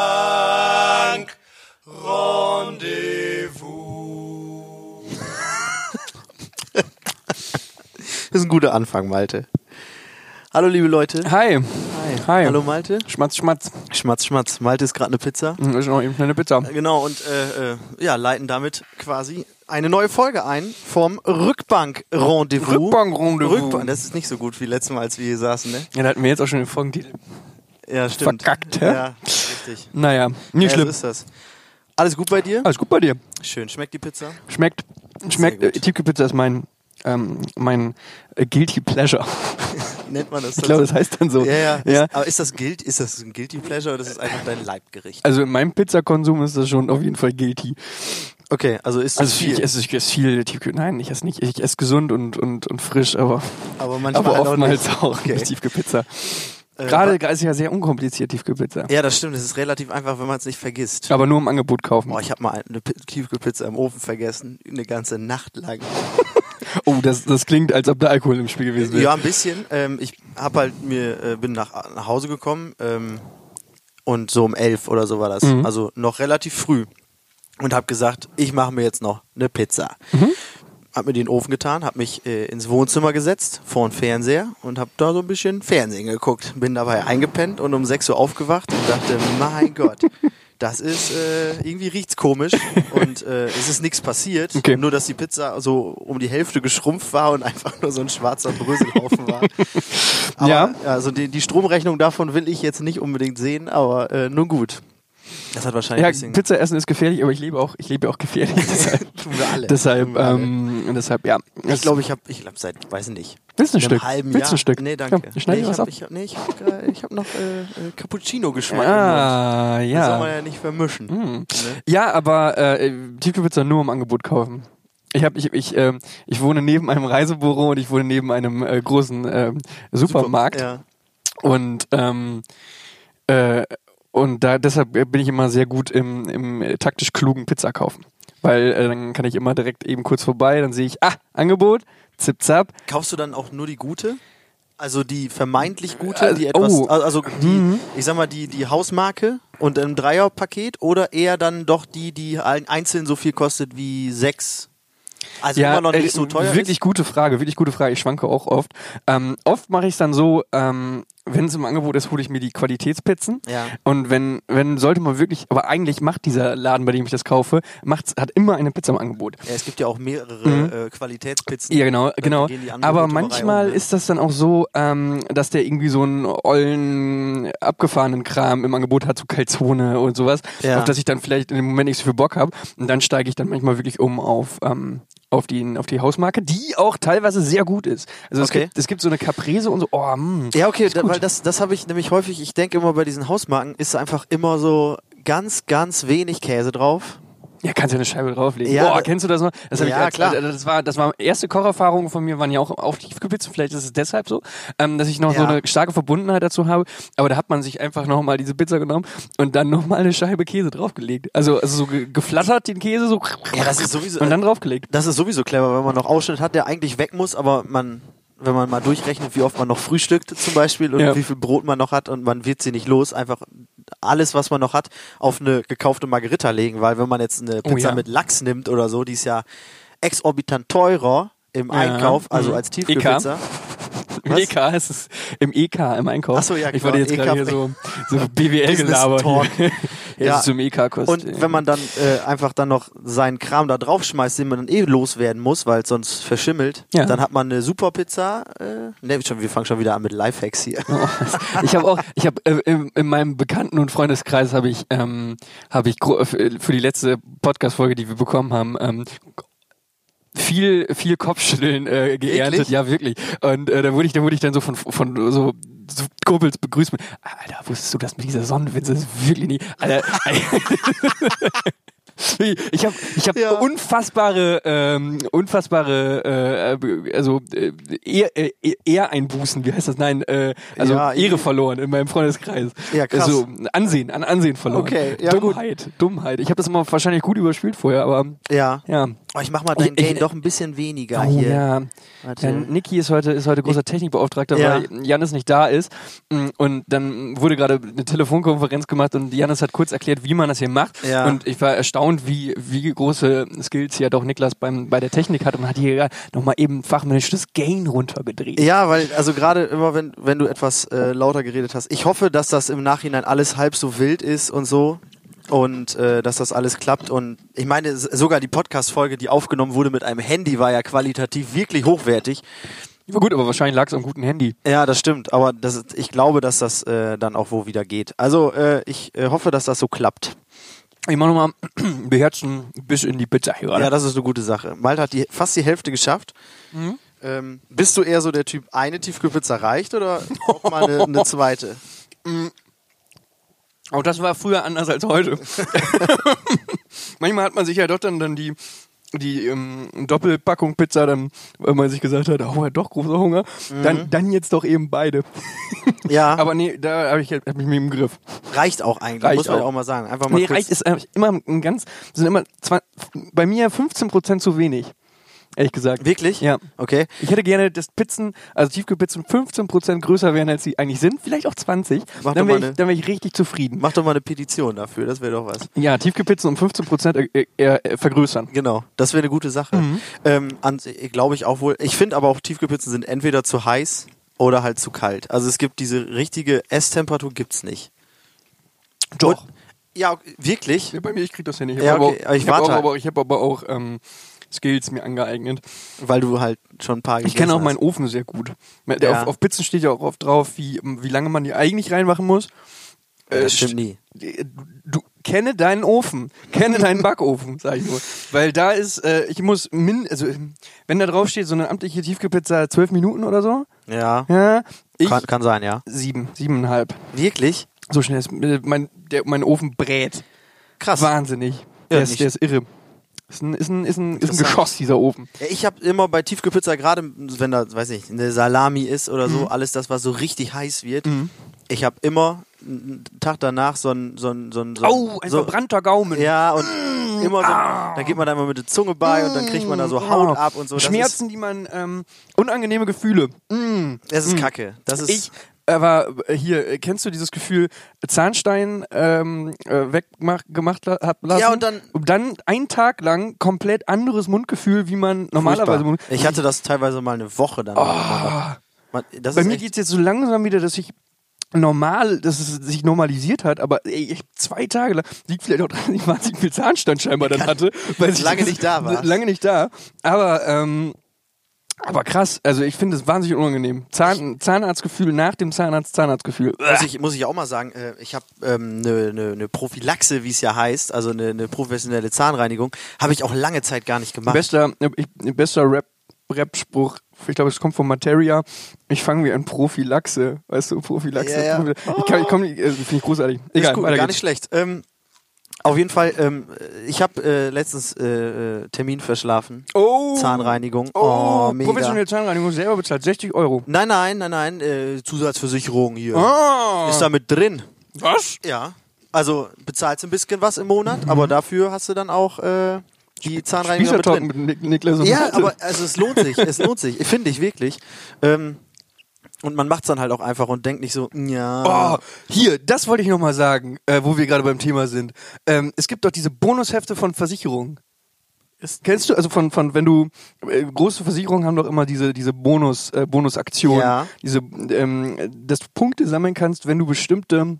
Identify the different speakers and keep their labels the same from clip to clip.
Speaker 1: Rückbank. Rendezvous.
Speaker 2: Das ist ein guter Anfang, Malte. Hallo, liebe Leute.
Speaker 3: Hi. Hi.
Speaker 2: Hallo, Malte. Mhm.
Speaker 3: Schmatz, Schmatz.
Speaker 2: Schmatz, Schmatz. Malte ist gerade eine Pizza.
Speaker 3: Hm, Ist noch eben schnell eine Pizza.
Speaker 2: Genau, und äh, äh, ja, leiten damit quasi eine neue Folge ein vom Rückbank-Rendezvous.
Speaker 3: Rückbank-Rendezvous.
Speaker 2: Rückbank. Das ist nicht so gut wie letztes Mal, als wir hier saßen, ne?
Speaker 3: Ja, da hatten wir jetzt auch schon den Folgentitel.
Speaker 2: Ja, stimmt.
Speaker 3: Verkackt, hä?
Speaker 2: Ja, richtig.
Speaker 3: Naja,
Speaker 2: ja,
Speaker 3: nicht
Speaker 2: so
Speaker 3: schlimm.
Speaker 2: ist das. Alles gut bei dir?
Speaker 3: Alles gut bei dir.
Speaker 2: Schön. Schmeckt die Pizza?
Speaker 3: Schmeckt. Schmeckt. Äh,
Speaker 2: gut.
Speaker 3: Tiefkühlpizza ist mein, ähm, mein äh, Guilty Pleasure.
Speaker 2: Nennt man das
Speaker 3: Ich glaube, das heißt dann so.
Speaker 2: Ja, ja.
Speaker 3: ja.
Speaker 2: Ist, aber ist das, Guilt, ist das ein Guilty Pleasure oder ist das einfach dein Leibgericht?
Speaker 3: Also in meinem Pizzakonsum ist das schon auf jeden Fall guilty.
Speaker 2: Okay, also ist
Speaker 3: Also viel. Ich, esse, ich esse viel Tiefkühl. Nein, ich esse nicht. Ich esse gesund und, und, und frisch, aber,
Speaker 2: aber manchmal
Speaker 3: aber
Speaker 2: halt auch
Speaker 3: oftmals
Speaker 2: nicht.
Speaker 3: auch,
Speaker 2: Okay. Äh,
Speaker 3: Tiefkühlpizza. Gerade ist ja sehr unkompliziert, Tiefkühlpizza.
Speaker 2: Ja, das stimmt. Es ist relativ einfach, wenn man es nicht vergisst.
Speaker 3: Aber nur im Angebot kaufen.
Speaker 2: Boah, Oh, ich habe mal eine Pi- Tiefkühlpizza im Ofen vergessen, eine ganze Nacht lang.
Speaker 3: Oh, das, das klingt, als ob da Alkohol im Spiel gewesen wäre.
Speaker 2: Ja, ein bisschen. Ähm, ich hab halt mir äh, bin nach, nach Hause gekommen ähm, und so um elf oder so war das. Also noch relativ früh und habe gesagt, ich mache mir jetzt noch eine Pizza.
Speaker 3: Mhm.
Speaker 2: Hab mir die in den Ofen getan, hab mich äh, ins Wohnzimmer gesetzt vor den Fernseher und hab da so ein bisschen Fernsehen geguckt. Bin dabei eingepennt und um 6 Uhr aufgewacht und dachte, mein Gott, das ist äh, irgendwie riecht's komisch und äh, es ist nichts passiert.
Speaker 3: Okay.
Speaker 2: Nur dass die Pizza so um die Hälfte geschrumpft war und einfach nur so ein schwarzer Bröselhaufen war. Aber,
Speaker 3: Ja.
Speaker 2: Also die, die Stromrechnung davon will ich jetzt nicht unbedingt sehen, aber äh, nun gut. Das hat wahrscheinlich
Speaker 3: Ja,
Speaker 2: ein bisschen.
Speaker 3: Pizza essen ist gefährlich, aber ich lebe auch, ich lebe auch gefährlich. Deshalb,
Speaker 2: Tun wir alle. Tun
Speaker 3: deshalb,
Speaker 2: wir alle.
Speaker 3: ähm, deshalb ja.
Speaker 2: Ich glaube, ich habe ich glaub, seit, weiß nicht,
Speaker 3: Willst du ein
Speaker 2: einem
Speaker 3: Stück?
Speaker 2: halben
Speaker 3: Willst du
Speaker 2: Jahr.
Speaker 3: ein Stück?
Speaker 2: Nee, danke.
Speaker 3: Komm, ich schneide
Speaker 2: nee,
Speaker 3: dir
Speaker 2: ich
Speaker 3: was
Speaker 2: hab,
Speaker 3: ab.
Speaker 2: Ich habe nee, ich hab, äh, ich hab noch äh, äh, Cappuccino-Geschmack. im Mund.
Speaker 3: Ah,
Speaker 2: Das soll man
Speaker 3: ja.
Speaker 2: ja nicht vermischen.
Speaker 3: Hm,
Speaker 2: Ne?
Speaker 3: Ja, aber äh, Tiefkühlpizza nur im Angebot kaufen. Ich habe ich ich ähm, ich wohne neben einem Reisebüro und ich wohne neben einem äh, großen ähm, Supermarkt
Speaker 2: Ja.
Speaker 3: und ähm, äh, und da deshalb bin ich immer sehr gut im, im äh, taktisch klugen Pizza kaufen, weil äh, dann kann ich immer direkt eben kurz vorbei, dann sehe ich ah Angebot, zip zap,
Speaker 2: Kaufst du dann auch nur die gute? Also die vermeintlich gute,
Speaker 3: Also-
Speaker 2: die etwas,
Speaker 3: oh.
Speaker 2: also die, ich sag mal, die, die Hausmarke und im Dreierpaket oder eher dann doch die, die ein- einzeln so viel kostet wie sechs. Also immer noch
Speaker 3: äh,
Speaker 2: nicht so teuer
Speaker 3: Wirklich
Speaker 2: ist.
Speaker 3: gute Frage, wirklich gute Frage. Ich schwanke auch oft. Ähm, oft mache ich es dann so, ähm, wenn es im Angebot ist, hole ich mir die Qualitätspizzen.
Speaker 2: Ja.
Speaker 3: Und wenn, wenn sollte man wirklich, aber eigentlich macht dieser Laden, bei dem ich das kaufe, macht's, hat immer eine Pizza im Angebot.
Speaker 2: Ja, es gibt ja auch mehrere äh, Qualitätspizzen.
Speaker 3: Mhm. Ja, genau, genau.
Speaker 2: gehen die Angebote
Speaker 3: Aber
Speaker 2: bei
Speaker 3: manchmal
Speaker 2: um, ne?
Speaker 3: ist das dann auch so, ähm, dass der irgendwie so einen ollen, abgefahrenen Kram im Angebot hat, so Calzone und sowas,
Speaker 2: Ja.
Speaker 3: auf das ich dann vielleicht in dem Moment nicht so viel Bock habe. Und dann steige ich dann manchmal wirklich um auf, ähm, auf, die, auf die Hausmarke, die auch teilweise sehr gut ist.
Speaker 2: Okay.
Speaker 3: Also es, gibt, es gibt so eine Caprese und so, oh, mh.
Speaker 2: Ja, okay, da, weil das, das habe ich nämlich häufig, ich denke immer bei diesen Hausmarken, ist einfach immer so ganz, ganz wenig Käse drauf.
Speaker 3: Ja, kannst ja eine Scheibe drauflegen.
Speaker 2: Ja,
Speaker 3: Ja, Boah,
Speaker 2: da-
Speaker 3: kennst du das noch? Das hab
Speaker 2: Ja,
Speaker 3: ich als,
Speaker 2: klar.
Speaker 3: äh, Das war, das war erste Kocherfahrungen von mir, waren ja auch auf Tiefkühlpizza. Vielleicht ist es deshalb so, ähm, dass ich noch so
Speaker 2: Ja.
Speaker 3: eine starke Verbundenheit dazu habe. Aber da hat man sich einfach nochmal diese Pizza genommen und dann nochmal eine Scheibe Käse draufgelegt. Also, also so ge geflattert den Käse, so
Speaker 2: Ja, das ist sowieso-
Speaker 3: und dann draufgelegt.
Speaker 2: Das ist sowieso clever, wenn man noch Ausschnitt hat, der eigentlich weg muss, aber man, wenn man mal durchrechnet, wie oft man noch frühstückt zum Beispiel und
Speaker 3: Ja.
Speaker 2: wie viel Brot man noch hat und man wird sie nicht los, einfach alles, was man noch hat, auf eine gekaufte Margarita legen, weil wenn man jetzt eine Pizza
Speaker 3: Oh ja.
Speaker 2: mit Lachs nimmt oder so, die ist ja exorbitant teurer im Einkauf, also
Speaker 3: Mhm.
Speaker 2: als Tiefkühlpizza.
Speaker 3: Im
Speaker 2: Was?
Speaker 3: EK ist E es im EK im Einkauf.
Speaker 2: Ach so, ja,
Speaker 3: Ich wurde
Speaker 2: genau,
Speaker 3: jetzt gerade hier
Speaker 2: EK
Speaker 3: so, so BWL
Speaker 2: Business
Speaker 3: gelabert.
Speaker 2: Talk.
Speaker 3: hier. Jetzt
Speaker 2: Ja.
Speaker 3: ist E es im EK kostet.
Speaker 2: Und wenn man dann äh, einfach dann noch seinen Kram da draufschmeißt, den man dann eh loswerden muss, weil es sonst verschimmelt,
Speaker 3: Ja.
Speaker 2: dann hat man eine super Pizza. Äh, ne, schon, wir fangen schon wieder an mit Lifehacks hier.
Speaker 3: Oh, Ich habe auch, ich habe äh, in, in meinem Bekannten- und Freundeskreis habe ich, ähm, habe ich gro- äh, für die letzte Podcast-Folge, die wir bekommen haben, ähm, viel, viel Kopfschütteln äh, geerntet.
Speaker 2: Wirklich?
Speaker 3: Ja, wirklich. Und äh, da wurde ich, da wurde ich dann so von, von so so Kumpels begrüßt mit, Alter, wusstest du das mit dieser Sonnenwitze? Das ist wirklich nie. Alter, Ich habe ich hab
Speaker 2: Ja.
Speaker 3: unfassbare, ähm, unfassbare, äh, also äh, Ehr, äh, Ehreinbußen, wie heißt das? Nein, äh, also
Speaker 2: Ja,
Speaker 3: Ehre
Speaker 2: ich-
Speaker 3: verloren in meinem Freundeskreis.
Speaker 2: Ja, krass.
Speaker 3: Also Ansehen, an Ansehen verloren.
Speaker 2: Okay, ja, gut.
Speaker 3: Dummheit, Dummheit. Ich habe das immer wahrscheinlich gut überspielt vorher, aber
Speaker 2: Ja.
Speaker 3: ja.
Speaker 2: Oh, ich mach mal dein
Speaker 3: Ich- ich-
Speaker 2: Gain doch ein bisschen weniger
Speaker 3: Oh,
Speaker 2: Ah, hier.
Speaker 3: ja.
Speaker 2: Warte.
Speaker 3: Ja, Niki ist heute, ist heute großer Technikbeauftragter,
Speaker 2: Ja.
Speaker 3: weil Janis nicht da ist. Mm, Und dann wurde gerade eine Telefonkonferenz gemacht und Janis hat kurz erklärt, wie man das hier macht.
Speaker 2: Ja.
Speaker 3: Und ich war erstaunt, wie, wie große Skills ja doch Niklas beim, bei der Technik hat und hat hier nochmal eben fachmännisch das Gain runtergedreht.
Speaker 2: Ja, weil, also gerade immer, wenn, wenn du etwas äh, lauter geredet hast. Ich hoffe, dass das im Nachhinein alles halb so wild ist und so. Und äh, dass das alles klappt. Und ich meine, s- sogar die Podcast-Folge, die aufgenommen wurde mit einem Handy, war ja qualitativ wirklich hochwertig.
Speaker 3: Gut, aber wahrscheinlich lag es am guten Handy.
Speaker 2: Ja, das stimmt. Aber das, ist- ich glaube, dass das äh, dann auch wo wieder geht. Also äh, ich äh, hoffe, dass das so klappt.
Speaker 3: Ich mach nochmal beherzen bis in die Pizza hier.
Speaker 2: Ja,
Speaker 3: oder?
Speaker 2: das ist eine gute Sache. Malte hat die, fast die Hälfte geschafft.
Speaker 3: Mhm.
Speaker 2: Ähm, bist du eher so der Typ, eine Tiefkühlpizza reicht oder auch mal eine, eine zweite?
Speaker 3: Auch das war früher anders als heute. Manchmal hat man sich ja doch dann, dann die, die ähm, Doppelpackung Pizza, dann, weil man sich gesagt hat, oh, hat doch großer Hunger,
Speaker 2: Mhm.
Speaker 3: dann, dann jetzt doch eben beide.
Speaker 2: Ja,
Speaker 3: Aber nee, da habe ich, hab ich mich im Griff.
Speaker 2: reicht auch eigentlich,
Speaker 3: Reicht
Speaker 2: muss man ja
Speaker 3: auch.
Speaker 2: auch mal sagen. Einfach mal
Speaker 3: Nee,
Speaker 2: kurz.
Speaker 3: reicht ist eigentlich immer ein ganz, sind immer zwei, bei mir 15% zu wenig. Ehrlich gesagt.
Speaker 2: Wirklich?
Speaker 3: Ja.
Speaker 2: Okay.
Speaker 3: Ich hätte gerne, dass Pizzen, also Tiefkühlpizzen 15% größer wären, als sie eigentlich sind. Vielleicht auch 20.
Speaker 2: Mach doch
Speaker 3: dann
Speaker 2: mal
Speaker 3: wäre
Speaker 2: eine-
Speaker 3: ich, dann wär ich richtig zufrieden.
Speaker 2: Mach doch mal eine Petition dafür, das wäre doch was.
Speaker 3: Ja, Tiefkühlpizzen um 15% äh, äh, äh, vergrößern.
Speaker 2: Genau, das wäre eine gute Sache.
Speaker 3: Mhm.
Speaker 2: Ähm, Glaube ich auch wohl. Ich finde aber auch Tiefkühlpizzen sind entweder zu heiß oder halt zu kalt. Also es gibt diese richtige Esstemperatur gibt's nicht.
Speaker 3: Doch.
Speaker 2: Und, ja, okay, wirklich?
Speaker 3: Ja, bei mir, ich krieg das ja nicht.
Speaker 2: Ja,
Speaker 3: hab
Speaker 2: okay, aber ich
Speaker 3: hab
Speaker 2: warte
Speaker 3: auch,
Speaker 2: halt.
Speaker 3: aber ich habe aber auch ähm, Skills mir angeeignet.
Speaker 2: Weil du halt schon ein paar
Speaker 3: Ich kenne auch
Speaker 2: gegessen
Speaker 3: meinen Ofen sehr gut. Der
Speaker 2: Ja.
Speaker 3: auf, auf Pizzen steht ja auch oft drauf, wie, wie lange man die eigentlich reinmachen muss.
Speaker 2: hast.
Speaker 3: Äh,
Speaker 2: Das stimmt nie.
Speaker 3: Du, du kenne deinen Ofen, kenne deinen Backofen, sag ich nur. Weil da ist, äh, ich muss min, also wenn da drauf steht, so eine amtliche Tiefkühlpizza zwölf Minuten oder so,
Speaker 2: Ja,
Speaker 3: ja, ich
Speaker 2: kann, kann sein, ja.
Speaker 3: sieben, siebeneinhalb.
Speaker 2: Wirklich?
Speaker 3: So schnell ist äh, mein, der, mein Ofen brät.
Speaker 2: Krass.
Speaker 3: Wahnsinnig.
Speaker 2: Ja,
Speaker 3: der,
Speaker 2: nicht-
Speaker 3: ist, der ist irre. Ist ein, ist ein, ist ein, ist ein
Speaker 2: Interessant.
Speaker 3: Geschoss, dieser Ofen.
Speaker 2: Ja, ich habe immer bei Tiefkühlpizza, gerade wenn da, weiß nicht, eine Salami ist oder
Speaker 3: Mhm.
Speaker 2: so, alles das, was so richtig heiß wird, ich habe immer einen Tag danach so ein, so ein, so ein, so ein, so,
Speaker 3: verbrannter Gaumen.
Speaker 2: Ja, und immer so, dann geht man da immer mit der Zunge bei und dann kriegt man da so Haut ab und so. Das
Speaker 3: Genau. Oh, Schmerzen, die man. Ähm, unangenehme Gefühle. Mm.
Speaker 2: Ist, das ist kacke. Das ist,
Speaker 3: Ich aber hier, äh, kennst du dieses Gefühl, Zahnstein ähm, äh, weggemacht la hat lassen?
Speaker 2: Ja, und dann-
Speaker 3: Und dann einen Tag lang komplett anderes Mundgefühl, wie man normalerweise. Oh.
Speaker 2: furchtbar. Ich hatte das teilweise mal eine Woche dann. Man, das
Speaker 3: Bei
Speaker 2: ist
Speaker 3: mir
Speaker 2: echt-
Speaker 3: geht es jetzt so langsam wieder, dass ich normal, dass es sich normalisiert hat, aber ey, ich zwei Tage lang, liegt vielleicht auch daran, ich wahnsinnig viel Zahnstand scheinbar dann hatte. Weil ich
Speaker 2: Lange nicht da war.
Speaker 3: Lange nicht da. Aber, ähm, aber krass, also ich finde es wahnsinnig unangenehm. Zahn, Zahnarztgefühl nach dem Zahnarzt, Zahnarztgefühl.
Speaker 2: muss ich, muss ich auch mal sagen, äh, ich habe eine ähm, ne, ne ne Prophylaxe, wie es ja heißt, also eine ne professionelle Zahnreinigung, habe ich auch lange Zeit gar nicht gemacht.
Speaker 3: Bester, äh, ich, bester Rap, Rap-Spruch, ich glaube, es kommt von Materia. Ich fange wie ein Prophylaxe. Weißt du, Prophylaxe.
Speaker 2: Ja, ja.
Speaker 3: Prophylaxe. Ich, kann, ich komm, nicht- äh, finde ich großartig. Egal,
Speaker 2: ist gut,
Speaker 3: weiter
Speaker 2: gar
Speaker 3: geht's.
Speaker 2: nicht schlecht. Ähm, auf jeden Fall, ähm, ich habe äh, letztens äh, äh, Termin verschlafen.
Speaker 3: Oh.
Speaker 2: Zahnreinigung.
Speaker 3: Oh,
Speaker 2: Oh, mega.
Speaker 3: professionelle Zahnreinigung selber bezahlt 60 Euro.
Speaker 2: Nein, nein, nein, nein, äh, Zusatzversicherung hier.
Speaker 3: Ah,
Speaker 2: Ist da mit drin.
Speaker 3: was?
Speaker 2: Ja. Also bezahlst ein bisschen was im Monat,
Speaker 3: Mhm.
Speaker 2: aber dafür hast du dann auch äh, die Zahnreinigung mit
Speaker 3: Spießertalk
Speaker 2: drin.
Speaker 3: mit Nik Niklas und
Speaker 2: Ja,
Speaker 3: Malte.
Speaker 2: aber also es lohnt sich, es lohnt sich, finde ich wirklich. Ähm, und man macht's dann halt auch einfach und denkt nicht so, ja.
Speaker 3: Oh, hier, das wollte ich nochmal sagen, äh, wo wir gerade beim Thema sind. Ähm, es gibt doch diese Bonushefte von Versicherungen. Kennst du, also von, von wenn du, äh, große Versicherungen haben doch immer diese, diese Bonus, äh, Bonusaktion,
Speaker 2: Ja.
Speaker 3: diese, ähm, dass du Punkte sammeln kannst, wenn du bestimmte,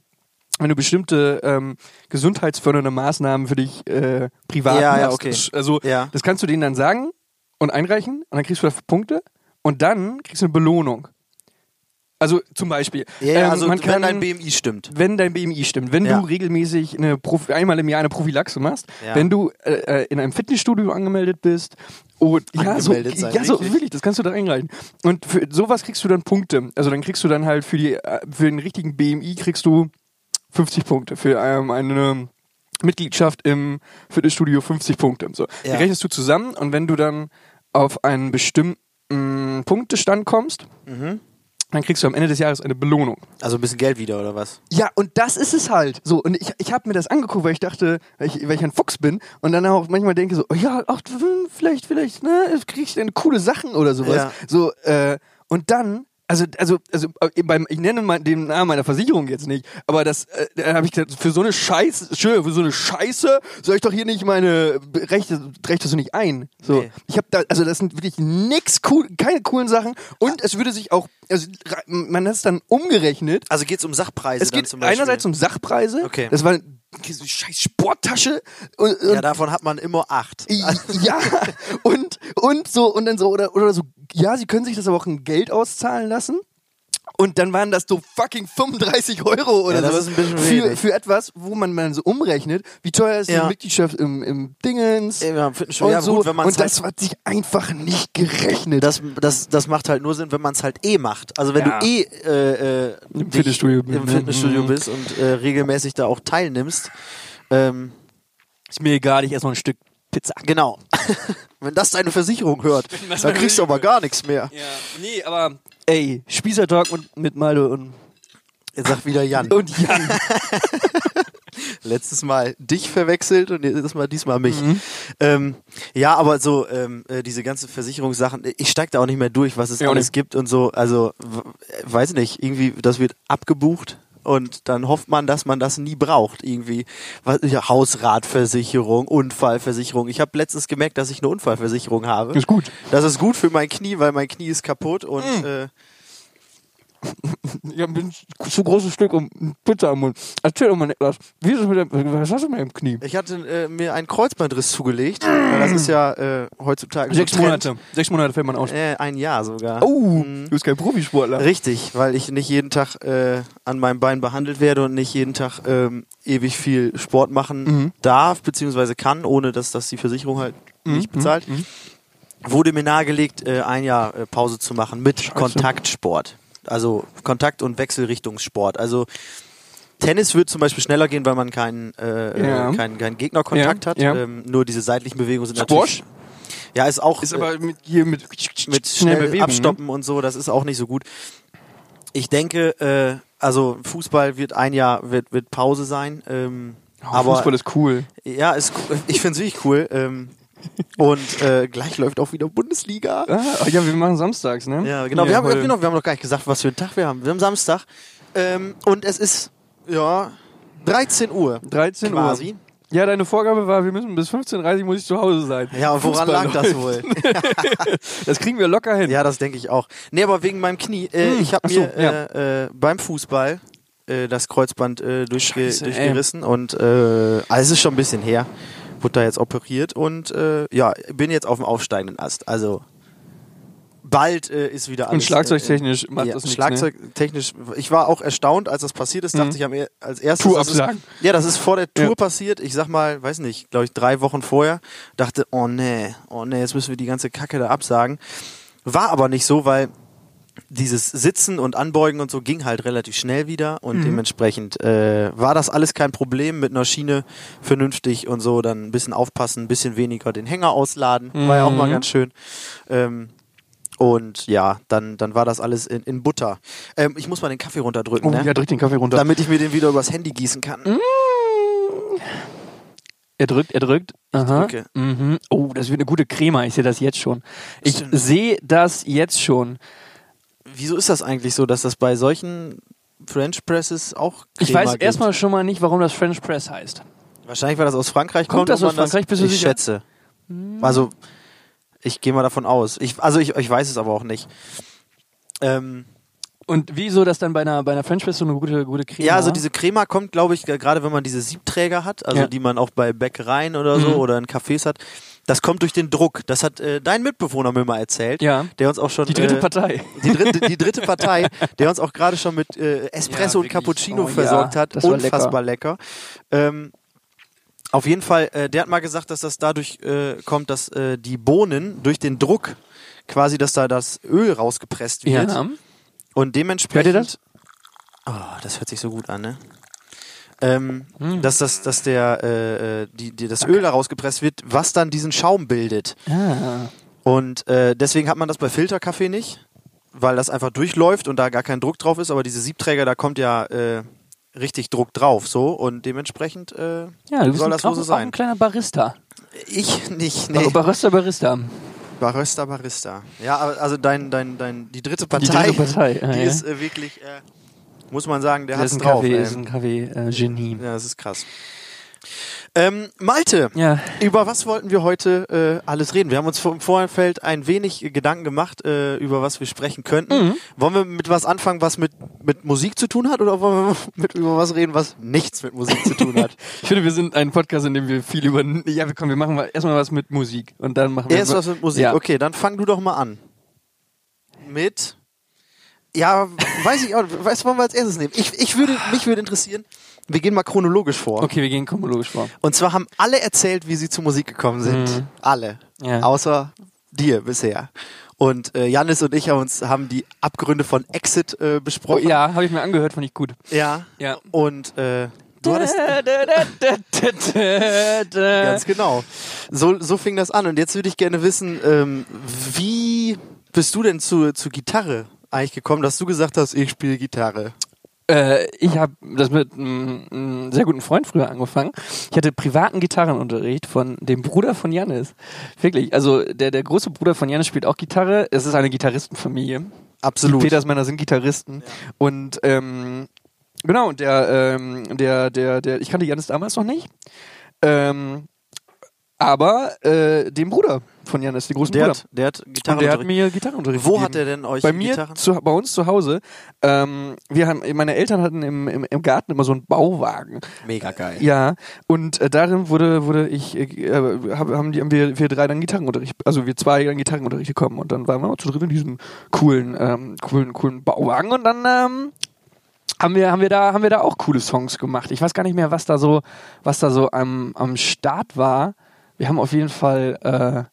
Speaker 3: wenn du bestimmte ähm, gesundheitsfördernde Maßnahmen für dich äh, privat
Speaker 2: Ja, ja,
Speaker 3: machst.
Speaker 2: okay.
Speaker 3: Also
Speaker 2: Ja.
Speaker 3: das kannst du denen dann sagen und einreichen und dann kriegst du dafür Punkte und dann kriegst du eine Belohnung. Also zum Beispiel,
Speaker 2: Ja, ja,
Speaker 3: ähm,
Speaker 2: also
Speaker 3: man
Speaker 2: wenn
Speaker 3: kann,
Speaker 2: dein BMI stimmt.
Speaker 3: wenn dein BMI stimmt, wenn
Speaker 2: Ja.
Speaker 3: du regelmäßig eine Profi- einmal im Jahr eine Prophylaxe machst,
Speaker 2: Ja.
Speaker 3: wenn du äh, äh, in einem Fitnessstudio angemeldet bist und ja, so,
Speaker 2: Angemeldet sein,
Speaker 3: ja so
Speaker 2: wirklich?
Speaker 3: wirklich, das kannst du da einreichen. Und für sowas kriegst du dann Punkte. Also dann kriegst du dann halt für die äh, für den richtigen BMI kriegst du 50 Punkte für ähm, eine Mitgliedschaft im Fitnessstudio 50 Punkte. So.
Speaker 2: Ja.
Speaker 3: Die rechnest du zusammen und wenn du dann auf einen bestimmten Punktestand kommst,
Speaker 2: Mhm.
Speaker 3: dann kriegst du am Ende des Jahres eine Belohnung.
Speaker 2: Also ein bisschen Geld wieder oder was?
Speaker 3: Ja, und das ist es halt. So, und ich, ich habe mir das angeguckt, weil ich dachte, weil ich, weil ich ein Fuchs bin und dann auch manchmal denke so, oh ja, ach, hm, vielleicht, vielleicht, ne, krieg ich denn coole Sachen oder sowas.
Speaker 2: Ja.
Speaker 3: So, äh, und dann, also, also, also, äh, beim, ich nenne mal den Namen meiner Versicherung jetzt nicht, aber das, äh, da habe ich gedacht, für so eine Scheiße, schön, für so eine Scheiße soll ich doch hier nicht meine Rechte, Rechte so nicht ein. So,
Speaker 2: Nee.
Speaker 3: ich habe da, also das sind wirklich nix cool, keine coolen Sachen und es würde sich auch, also ra- man hat es dann umgerechnet
Speaker 2: Also geht es um Sachpreise
Speaker 3: es
Speaker 2: dann
Speaker 3: geht
Speaker 2: zum Beispiel?
Speaker 3: einerseits um Sachpreise.
Speaker 2: Okay.
Speaker 3: Das war diese scheiß Sporttasche. Und, und,
Speaker 2: Ja, davon hat man immer acht. Also,
Speaker 3: ja, und, und so, und dann so, oder, oder so, ja, sie können sich das aber auch in Geld auszahlen lassen. Und dann waren das so fucking 35 Euro oder
Speaker 2: Ja, das
Speaker 3: sowas
Speaker 2: ist ein bisschen
Speaker 3: für,
Speaker 2: wenig.
Speaker 3: für etwas, wo man dann so umrechnet, wie teuer ist
Speaker 2: Ja.
Speaker 3: die Mitgliedschaft im, im Dingens
Speaker 2: Ja, im Fitnessstudio.
Speaker 3: und
Speaker 2: Ja,
Speaker 3: so.
Speaker 2: gut, wenn man's
Speaker 3: und das
Speaker 2: halt-
Speaker 3: hat sich einfach nicht gerechnet.
Speaker 2: Das, das, das macht halt nur Sinn, wenn man es halt eh macht. Also wenn
Speaker 3: Ja.
Speaker 2: du eh äh, äh,
Speaker 3: Im
Speaker 2: dich
Speaker 3: Fitnessstudio bist,
Speaker 2: im
Speaker 3: ne?
Speaker 2: Fitnessstudio
Speaker 3: Mhm.
Speaker 2: bist und äh, regelmäßig da auch teilnimmst. Ähm,
Speaker 3: ist mir egal, ich esse noch ein Stück Pizza.
Speaker 2: genau. wenn das deine Versicherung hört,
Speaker 3: das
Speaker 2: dann
Speaker 3: meine
Speaker 2: kriegst du aber gar nichts mehr.
Speaker 3: Ja, nee, aber ey, Spießertalk mit, mit Maldo und,
Speaker 2: Jetzt sagt wieder Jan.
Speaker 3: und Jan.
Speaker 2: Letztes Mal dich verwechselt und jedes Mal diesmal mich.
Speaker 3: Mhm.
Speaker 2: Ähm, ja, aber so ähm, äh, diese ganzen Versicherungssachen, ich steig da auch nicht mehr durch, was es
Speaker 3: Ja, auch
Speaker 2: alles
Speaker 3: nicht.
Speaker 2: gibt und so. Also w- äh, weiß nicht, irgendwie das wird abgebucht und dann hofft man, dass man das nie braucht irgendwie. Was, ja, Hausratversicherung, Unfallversicherung. Ich habe letztens gemerkt, dass ich eine Unfallversicherung habe.
Speaker 3: Ist gut. Mhm.
Speaker 2: Das ist gut für mein Knie, weil mein Knie ist kaputt und äh,
Speaker 3: Ich habe ein zu großes Stück um Pizza am Mund. Erzähl doch mal etwas. Wie ist es mit dem, was hast du mit dem Knie?
Speaker 2: ich hatte äh, mir einen Kreuzbandriss zugelegt. Weil das ist ja äh, heutzutage so Trend.
Speaker 3: Mhm. Also Sechs Monate fällt man aus.
Speaker 2: Äh, ein Jahr sogar.
Speaker 3: Oh, du bist kein Profisportler.
Speaker 2: Richtig, weil ich nicht jeden Tag äh, an meinem Bein behandelt werde und nicht jeden Tag ähm, ewig viel Sport machen
Speaker 3: Mhm.
Speaker 2: darf bzw. kann, ohne dass das die Versicherung halt
Speaker 3: Mhm.
Speaker 2: nicht bezahlt. Wurde mir nahegelegt, äh, ein Jahr äh, Pause zu machen mit Kontaktsport. Also Kontakt- und Wechselrichtungssport. Also Tennis wird zum Beispiel schneller gehen, weil man keinen, äh,
Speaker 3: Ja.
Speaker 2: äh, keinen, keinen Gegnerkontakt
Speaker 3: Ja,
Speaker 2: hat.
Speaker 3: ja.
Speaker 2: Ähm, nur diese seitlichen Bewegungen sind
Speaker 3: Squash?
Speaker 2: natürlich... Ja, ist auch...
Speaker 3: Ist
Speaker 2: äh,
Speaker 3: aber mit hier mit,
Speaker 2: mit
Speaker 3: schnell
Speaker 2: schnell
Speaker 3: bewegen, ne?
Speaker 2: abstoppen und so, das ist auch nicht so gut. Ich denke, äh, also Fußball wird ein Jahr wird, wird Pause sein. Ähm, aber
Speaker 3: Oh, Fußball ist cool.
Speaker 2: ja, ist cool. ich finde es wirklich cool. Ähm, und äh, gleich läuft auch wieder Bundesliga.
Speaker 3: Ah, ja, wir machen samstags, ne?
Speaker 2: Ja, genau. wir, haben,
Speaker 3: heute.
Speaker 2: genau wir haben noch gar nicht gesagt, was für einen Tag wir haben. Wir haben Samstag ähm, und es ist ja 13 Uhr.
Speaker 3: 13
Speaker 2: quasi.
Speaker 3: Uhr. Ja, deine Vorgabe war, wir müssen bis 15.30 Uhr muss ich zu Hause sein.
Speaker 2: Ja, und woran
Speaker 3: Fußball
Speaker 2: lag das wohl?
Speaker 3: läuft. Das kriegen wir locker hin. Hm,
Speaker 2: Ja, das denke ich auch. Nee, aber wegen meinem Knie. Äh, ich habe
Speaker 3: ach so,
Speaker 2: mir äh, äh, beim Fußball äh, das Kreuzband äh, durchge
Speaker 3: Scheiße, ey.
Speaker 2: durchgerissen und äh, also es ist schon ein bisschen her. Wurde da jetzt operiert und äh, ja, bin jetzt auf dem aufsteigenden Ast. Also bald äh, ist wieder alles. äh,
Speaker 3: Und schlagzeugtechnisch macht
Speaker 2: ja,
Speaker 3: das nichts, ne?
Speaker 2: Schlagzeugtechnisch. Ich war auch erstaunt, als das passiert ist, dachte ich am, e- als erstes.
Speaker 3: Mhm. Tour
Speaker 2: das ist,
Speaker 3: absagen.
Speaker 2: ja, das ist vor der Tour
Speaker 3: Ja.
Speaker 2: passiert. Ich sag mal, weiß nicht, glaube ich drei Wochen vorher. Dachte, oh nee, oh nee, jetzt müssen wir die ganze Kacke da absagen. War aber nicht so, weil dieses Sitzen und Anbeugen und so ging halt relativ schnell wieder
Speaker 3: Mhm.
Speaker 2: und dementsprechend äh, war das alles kein Problem mit einer Schiene vernünftig und so, dann ein bisschen aufpassen, ein bisschen weniger den Hänger ausladen, war ja auch
Speaker 3: Mhm.
Speaker 2: mal ganz schön. Ähm, und ja, dann, dann war das alles in, in Butter. Ähm, ich muss mal den Kaffee runterdrücken,
Speaker 3: Ne?
Speaker 2: ne?
Speaker 3: Oh, ja, Mhm. drück den Kaffee runter.
Speaker 2: damit ich mir den wieder übers Handy gießen kann.
Speaker 3: Er drückt, er drückt. Aha.
Speaker 2: drücke.
Speaker 3: Mhm. Oh, das wird eine gute Crema. Ich sehe das jetzt schon. Ich
Speaker 2: Stimmt.
Speaker 3: sehe das jetzt schon.
Speaker 2: Wieso ist das eigentlich so, dass das bei solchen French Presses auch
Speaker 3: Ich
Speaker 2: Crema
Speaker 3: weiß
Speaker 2: gibt?
Speaker 3: erstmal schon mal nicht, warum das French Press heißt.
Speaker 2: Wahrscheinlich, weil das aus Frankreich
Speaker 3: Kommt
Speaker 2: kommt.
Speaker 3: das
Speaker 2: und
Speaker 3: aus
Speaker 2: man
Speaker 3: Frankreich? Bist du
Speaker 2: ich
Speaker 3: sicher? Hm.
Speaker 2: schätze. Also, ich gehe mal davon aus. Ich, also, ich, ich weiß es aber auch nicht. Ähm,
Speaker 3: Und wieso das dann bei einer, bei einer French Press so eine gute, gute Crema?
Speaker 2: ja, also diese Crema kommt, glaube ich, gerade wenn man diese Siebträger hat, also
Speaker 3: Ja. Mhm.
Speaker 2: die man auch bei Bäckereien oder so oder in Cafés hat. Das kommt durch den Druck. Das hat äh, dein Mitbewohner mir mal erzählt,
Speaker 3: Ja.
Speaker 2: der uns auch schon
Speaker 3: die dritte
Speaker 2: äh,
Speaker 3: Partei.
Speaker 2: die dritte, die dritte Partei, der uns auch gerade schon mit äh, Espresso
Speaker 3: Ja,
Speaker 2: und
Speaker 3: wirklich.
Speaker 2: Cappuccino
Speaker 3: Oh,
Speaker 2: versorgt
Speaker 3: ja,
Speaker 2: hat.
Speaker 3: das war
Speaker 2: Unfassbar lecker. Ähm, auf jeden Fall, äh, der hat mal gesagt, dass das dadurch äh, kommt, dass äh, die Bohnen durch den Druck quasi, dass da das Öl rausgepresst wird.
Speaker 3: Ja.
Speaker 2: Und dementsprechend. Ah,
Speaker 3: Hört ihr das?
Speaker 2: Oh, das hört sich so gut an, ne? ähm,
Speaker 3: Hm.
Speaker 2: dass, das, dass der, äh, äh, die, die, das Öl da rausgepresst wird, was dann diesen Schaum bildet.
Speaker 3: Ah.
Speaker 2: Und äh, deswegen hat man das bei Filterkaffee nicht, weil das einfach durchläuft und da gar kein Druck drauf ist, aber diese Siebträger, da kommt ja äh, richtig Druck drauf, so und dementsprechend äh,
Speaker 3: Ja, du bist
Speaker 2: soll
Speaker 3: ein,
Speaker 2: das
Speaker 3: auch,
Speaker 2: so
Speaker 3: auch ein
Speaker 2: sein.
Speaker 3: kleiner Barista.
Speaker 2: Ich nicht, nee.
Speaker 3: Nee. Barista, Barista.
Speaker 2: Barista, Barista. Ja, aber also dein, dein, dein, die dritte Partei,
Speaker 3: dritte Partei, ah, ja,
Speaker 2: die
Speaker 3: ja.
Speaker 2: ist äh, wirklich, äh, muss man sagen, der
Speaker 3: Der
Speaker 2: hat
Speaker 3: ist
Speaker 2: es
Speaker 3: ein
Speaker 2: drauf.
Speaker 3: Kaffee, äh,
Speaker 2: ey.
Speaker 3: ist ein Kaffee-Genie.
Speaker 2: Ja, das ist krass. Ähm, Malte,
Speaker 3: Ja.
Speaker 2: über was wollten wir heute äh, alles reden? Wir haben uns vor- im Vorfeld ein wenig äh, Gedanken gemacht, äh, über was wir sprechen könnten.
Speaker 3: Mhm.
Speaker 2: Wollen wir mit was anfangen, was mit, mit Musik zu tun hat, oder wollen wir mit über was reden, was nichts mit Musik zu tun hat?
Speaker 3: Ich finde, wir sind ein Podcast, in dem wir viel über. Ja, wir- komm, wir machen mal- erstmal was mit Musik und dann machen wir.
Speaker 2: Erst was mit Musik.
Speaker 3: Äh, Ja.
Speaker 2: Okay, dann fang du doch mal an. Mit. Ja, weiß ich auch. Weißt du, wollen wir als erstes nehmen? Ich, ich würde, mich würde interessieren, wir gehen mal chronologisch vor.
Speaker 3: Okay, wir gehen chronologisch vor.
Speaker 2: Und zwar haben alle erzählt, wie sie zu Musik gekommen sind. Alle.
Speaker 3: Mhm. Ja.
Speaker 2: Außer dir bisher. Und äh, Janis und ich haben uns haben die Abgründe von Exit äh,
Speaker 3: Oh,
Speaker 2: besprochen.
Speaker 3: ja, habe ich mir angehört, fand ich gut.
Speaker 2: ja.
Speaker 3: Ja.
Speaker 2: Und äh, du hattest
Speaker 3: Äh,
Speaker 2: ganz genau. So, so fing das an. Und jetzt würde ich gerne wissen, ähm, wie bist du denn zu, zu Gitarre eigentlich gekommen, dass du gesagt hast, ich spiele Gitarre?
Speaker 3: Äh, ich habe das mit einem einem sehr guten Freund früher angefangen. Ich hatte privaten Gitarrenunterricht von dem Bruder von Jannis. Wirklich, also der, der große Bruder von Jannis spielt auch Gitarre. Es ist eine Gitarristenfamilie.
Speaker 2: Absolut.
Speaker 3: Die Petersmänner sind Gitarristen. Und ähm, genau, und der, ähm, der, der, der, ich kannte Jannis damals noch nicht. Ähm, aber äh, den Bruder von Jannis, den großen
Speaker 2: Der
Speaker 3: Bruder.
Speaker 2: hat, der hat
Speaker 3: Und der hat
Speaker 2: Gitarre.
Speaker 3: mir Gitarrenunterricht
Speaker 2: Wo
Speaker 3: gegeben.
Speaker 2: hat er denn euch
Speaker 3: bei mir
Speaker 2: Gitarren?
Speaker 3: zu, bei uns zu Hause ähm, wir haben meine Eltern hatten im, im, im Garten immer so einen Bauwagen
Speaker 2: Mega geil.
Speaker 3: ja und äh, darin wurde wurde ich äh, hab, haben die haben wir wir drei dann Gitarrenunterricht also wir zwei dann Gitarrenunterricht gekommen und dann waren wir auch zu dritt in diesem coolen ähm, coolen coolen Bauwagen und dann ähm, haben wir, haben wir da, haben wir da auch coole Songs gemacht. Ich weiß gar nicht mehr, was da so, was da so am, am Start war. Wir haben auf jeden Fall äh,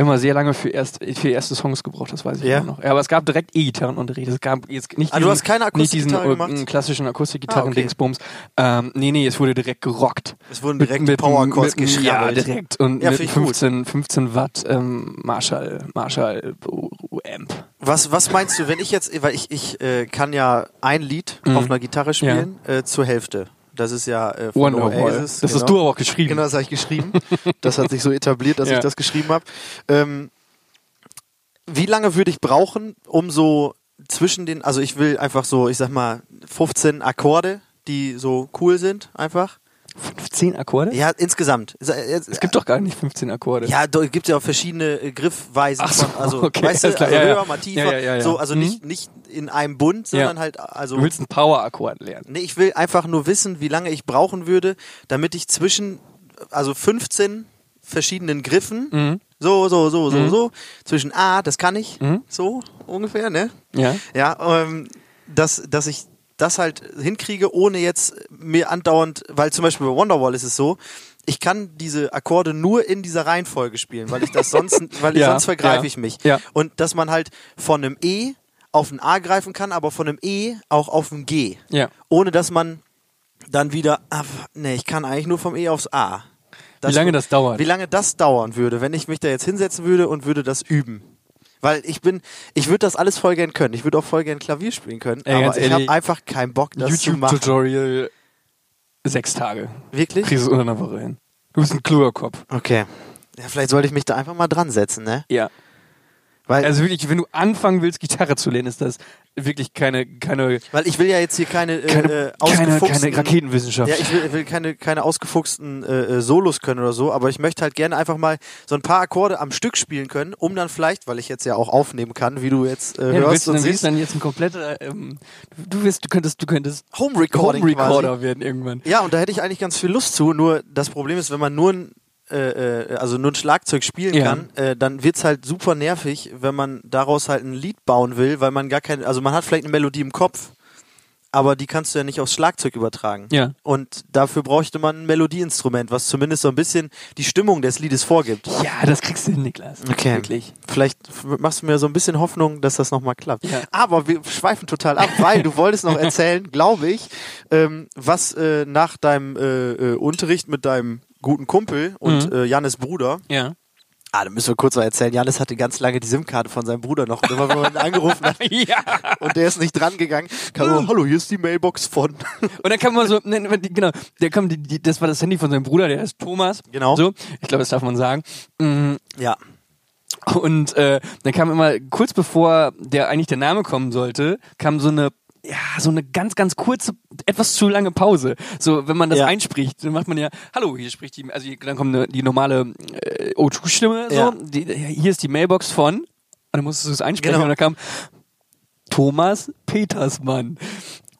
Speaker 3: immer sehr lange für, erst, für erste Songs gebraucht, das weiß ich
Speaker 2: Ja?
Speaker 3: immer noch. Ja, aber es gab direkt E-Gitarrenunterricht. Es gab jetzt nicht
Speaker 2: Ah, du hast keine
Speaker 3: nicht diesen
Speaker 2: Akustikgitarre
Speaker 3: äh,
Speaker 2: gemacht?
Speaker 3: klassischen
Speaker 2: Ah, okay.
Speaker 3: Akustikgitarren-Dingsbums. ähm, nee, nee, es wurde direkt gerockt.
Speaker 2: Es wurden
Speaker 3: Mit-
Speaker 2: direkt
Speaker 3: mit-
Speaker 2: Power-Chords
Speaker 3: mit- Ja,
Speaker 2: geschrabbelt.
Speaker 3: direkt. Und
Speaker 2: Ja,
Speaker 3: mit
Speaker 2: finde ich gut.
Speaker 3: 15, 15 Watt ähm, Marshall, Marshall äh, Amp.
Speaker 2: Was, was meinst du, wenn ich jetzt, weil ich, ich äh, kann ja ein Lied
Speaker 3: Mhm.
Speaker 2: auf einer Gitarre spielen, äh, zur Hälfte. Das ist ja äh, von
Speaker 3: Wonderwall.
Speaker 2: Oasis.
Speaker 3: Das hast du aber auch geschrieben.
Speaker 2: Genau, das habe ich geschrieben. Das hat sich so etabliert, dass
Speaker 3: Ja.
Speaker 2: ich das geschrieben habe. Ähm, wie lange würde ich brauchen, um so zwischen den, also ich will einfach so, ich sag mal, 15 Akkorde, die so cool sind, einfach.
Speaker 3: 15 Akkorde?
Speaker 2: Ja, insgesamt. Es
Speaker 3: Es gibt doch gar nicht 15 Akkorde.
Speaker 2: äh, ja, da gibt ja auch verschiedene äh, Griffweisen.
Speaker 3: Ach so,
Speaker 2: von, also,
Speaker 3: okay,
Speaker 2: weißt du,
Speaker 3: alles
Speaker 2: also
Speaker 3: klar,
Speaker 2: höher,
Speaker 3: ja, ja.
Speaker 2: mal tiefer.
Speaker 3: Ja, ja, ja, ja.
Speaker 2: So, also
Speaker 3: Mhm.
Speaker 2: nicht, nicht in einem Bund, sondern
Speaker 3: Ja.
Speaker 2: halt, also.
Speaker 3: Du willst einen Power-Akkord lernen.
Speaker 2: Nee, ich will einfach nur wissen, wie lange ich brauchen würde, damit ich zwischen, also 15 verschiedenen Griffen,
Speaker 3: Mhm.
Speaker 2: so, so, so, so, so, zwischen A, das kann ich, so ungefähr, ne?
Speaker 3: Mhm. Ja.
Speaker 2: Ja, ähm, dass, dass ich das halt hinkriege, ohne jetzt mir andauernd, weil zum Beispiel bei Wonderwall ist es so, ich kann diese Akkorde nur in dieser Reihenfolge spielen, weil ich das sonst, weil
Speaker 3: Ja,
Speaker 2: sonst vergreife
Speaker 3: ja,
Speaker 2: ich mich.
Speaker 3: ja.
Speaker 2: Und dass man halt von einem E auf ein A greifen kann, aber von einem E auch auf ein G.
Speaker 3: Ja.
Speaker 2: Ohne dass man dann wieder, ah, nee, ich kann eigentlich nur vom E aufs A. Das-
Speaker 3: Wie lange das dauert?
Speaker 2: Wie lange das dauern würde, wenn ich mich da jetzt hinsetzen würde und würde das üben. Weil ich bin, ich würde das alles voll gern können. Ich würde auch voll gern Klavier spielen können,
Speaker 3: Ey,
Speaker 2: aber
Speaker 3: ganz
Speaker 2: ich
Speaker 3: ehrlich,
Speaker 2: habe einfach keinen Bock, das zu machen.
Speaker 3: YouTube-Tutorial sechs Tage.
Speaker 2: Wirklich?
Speaker 3: Kriegst du es unter einer Woche hin. Du bist ein kluger Kopf.
Speaker 2: Okay. Ja, vielleicht sollte ich mich da einfach mal dran setzen, ne?
Speaker 3: Ja.
Speaker 2: Weil,
Speaker 3: Also wirklich, wenn du anfangen willst, Gitarre zu lernen, ist das wirklich keine, keine,
Speaker 2: weil ich will ja jetzt hier keine, äh,
Speaker 3: keine,
Speaker 2: äh,
Speaker 3: keine,
Speaker 2: ausgefuchsten-
Speaker 3: keine Raketenwissenschaft.
Speaker 2: Ja, ich will, will keine, keine ausgefuchsten äh, äh, Solos können oder so, aber ich möchte halt gerne einfach mal so ein paar Akkorde am Stück spielen können, um dann vielleicht, weil ich jetzt ja auch aufnehmen kann, wie du jetzt äh,
Speaker 3: Ja, du
Speaker 2: hörst
Speaker 3: willst,
Speaker 2: und
Speaker 3: dann willst
Speaker 2: siehst,
Speaker 3: dann jetzt ein kompletter, ähm, du, wirst, du könntest, du könntest
Speaker 2: Home Recording quasi.
Speaker 3: Home-Recorder werden irgendwann.
Speaker 2: Ja, und da hätte ich eigentlich ganz viel Lust zu, nur das Problem ist, wenn man nur ein äh, äh, also nur ein Schlagzeug spielen
Speaker 3: Ja.
Speaker 2: kann, äh, dann wird's halt super nervig, wenn man daraus halt ein Lied bauen will, weil man gar keine, also man hat vielleicht eine Melodie im Kopf, aber die kannst du ja nicht aufs Schlagzeug übertragen.
Speaker 3: Ja.
Speaker 2: Und dafür bräuchte man ein Melodieinstrument, was zumindest so ein bisschen die Stimmung des Liedes vorgibt.
Speaker 3: Ja, das kriegst du hin, Niklas.
Speaker 2: Okay.
Speaker 3: Wirklich.
Speaker 2: Vielleicht f- machst du mir so ein bisschen Hoffnung, dass das nochmal klappt.
Speaker 3: Ja.
Speaker 2: Aber wir schweifen total ab, weil du wolltest noch erzählen, glaube ich, ähm, was äh, nach deinem äh, äh, Unterricht mit deinem guten Kumpel
Speaker 3: Mhm.
Speaker 2: und äh, Jannes Bruder.
Speaker 3: Ja.
Speaker 2: Ah, da müssen wir kurz noch erzählen. Janis hatte ganz lange die SIM-Karte von seinem Bruder noch, immer wenn man ihn angerufen hat
Speaker 3: Ja.
Speaker 2: und der ist nicht dran gegangen. Kam
Speaker 3: Mhm.
Speaker 2: so, hallo, hier ist die Mailbox von.
Speaker 3: Und dann kam man so, ne, ne, genau, der kam, die, die, das war das Handy von seinem Bruder, der ist Thomas.
Speaker 2: Genau.
Speaker 3: So, ich glaube, das darf man sagen. Mm,
Speaker 2: ja.
Speaker 3: Und äh, dann kam immer, kurz bevor der eigentlich der Name kommen sollte, kam so eine, ja, so eine ganz, ganz kurze, etwas zu lange Pause. So, wenn man das
Speaker 2: Ja.
Speaker 3: einspricht, dann macht man ja, hallo, hier spricht die, also hier, dann kommt eine, die normale äh, O2-Stimme, so,
Speaker 2: Ja.
Speaker 3: die, hier ist die Mailbox von, und dann musstest du es einsprechen
Speaker 2: Genau.
Speaker 3: und dann kam Thomas Petersmann.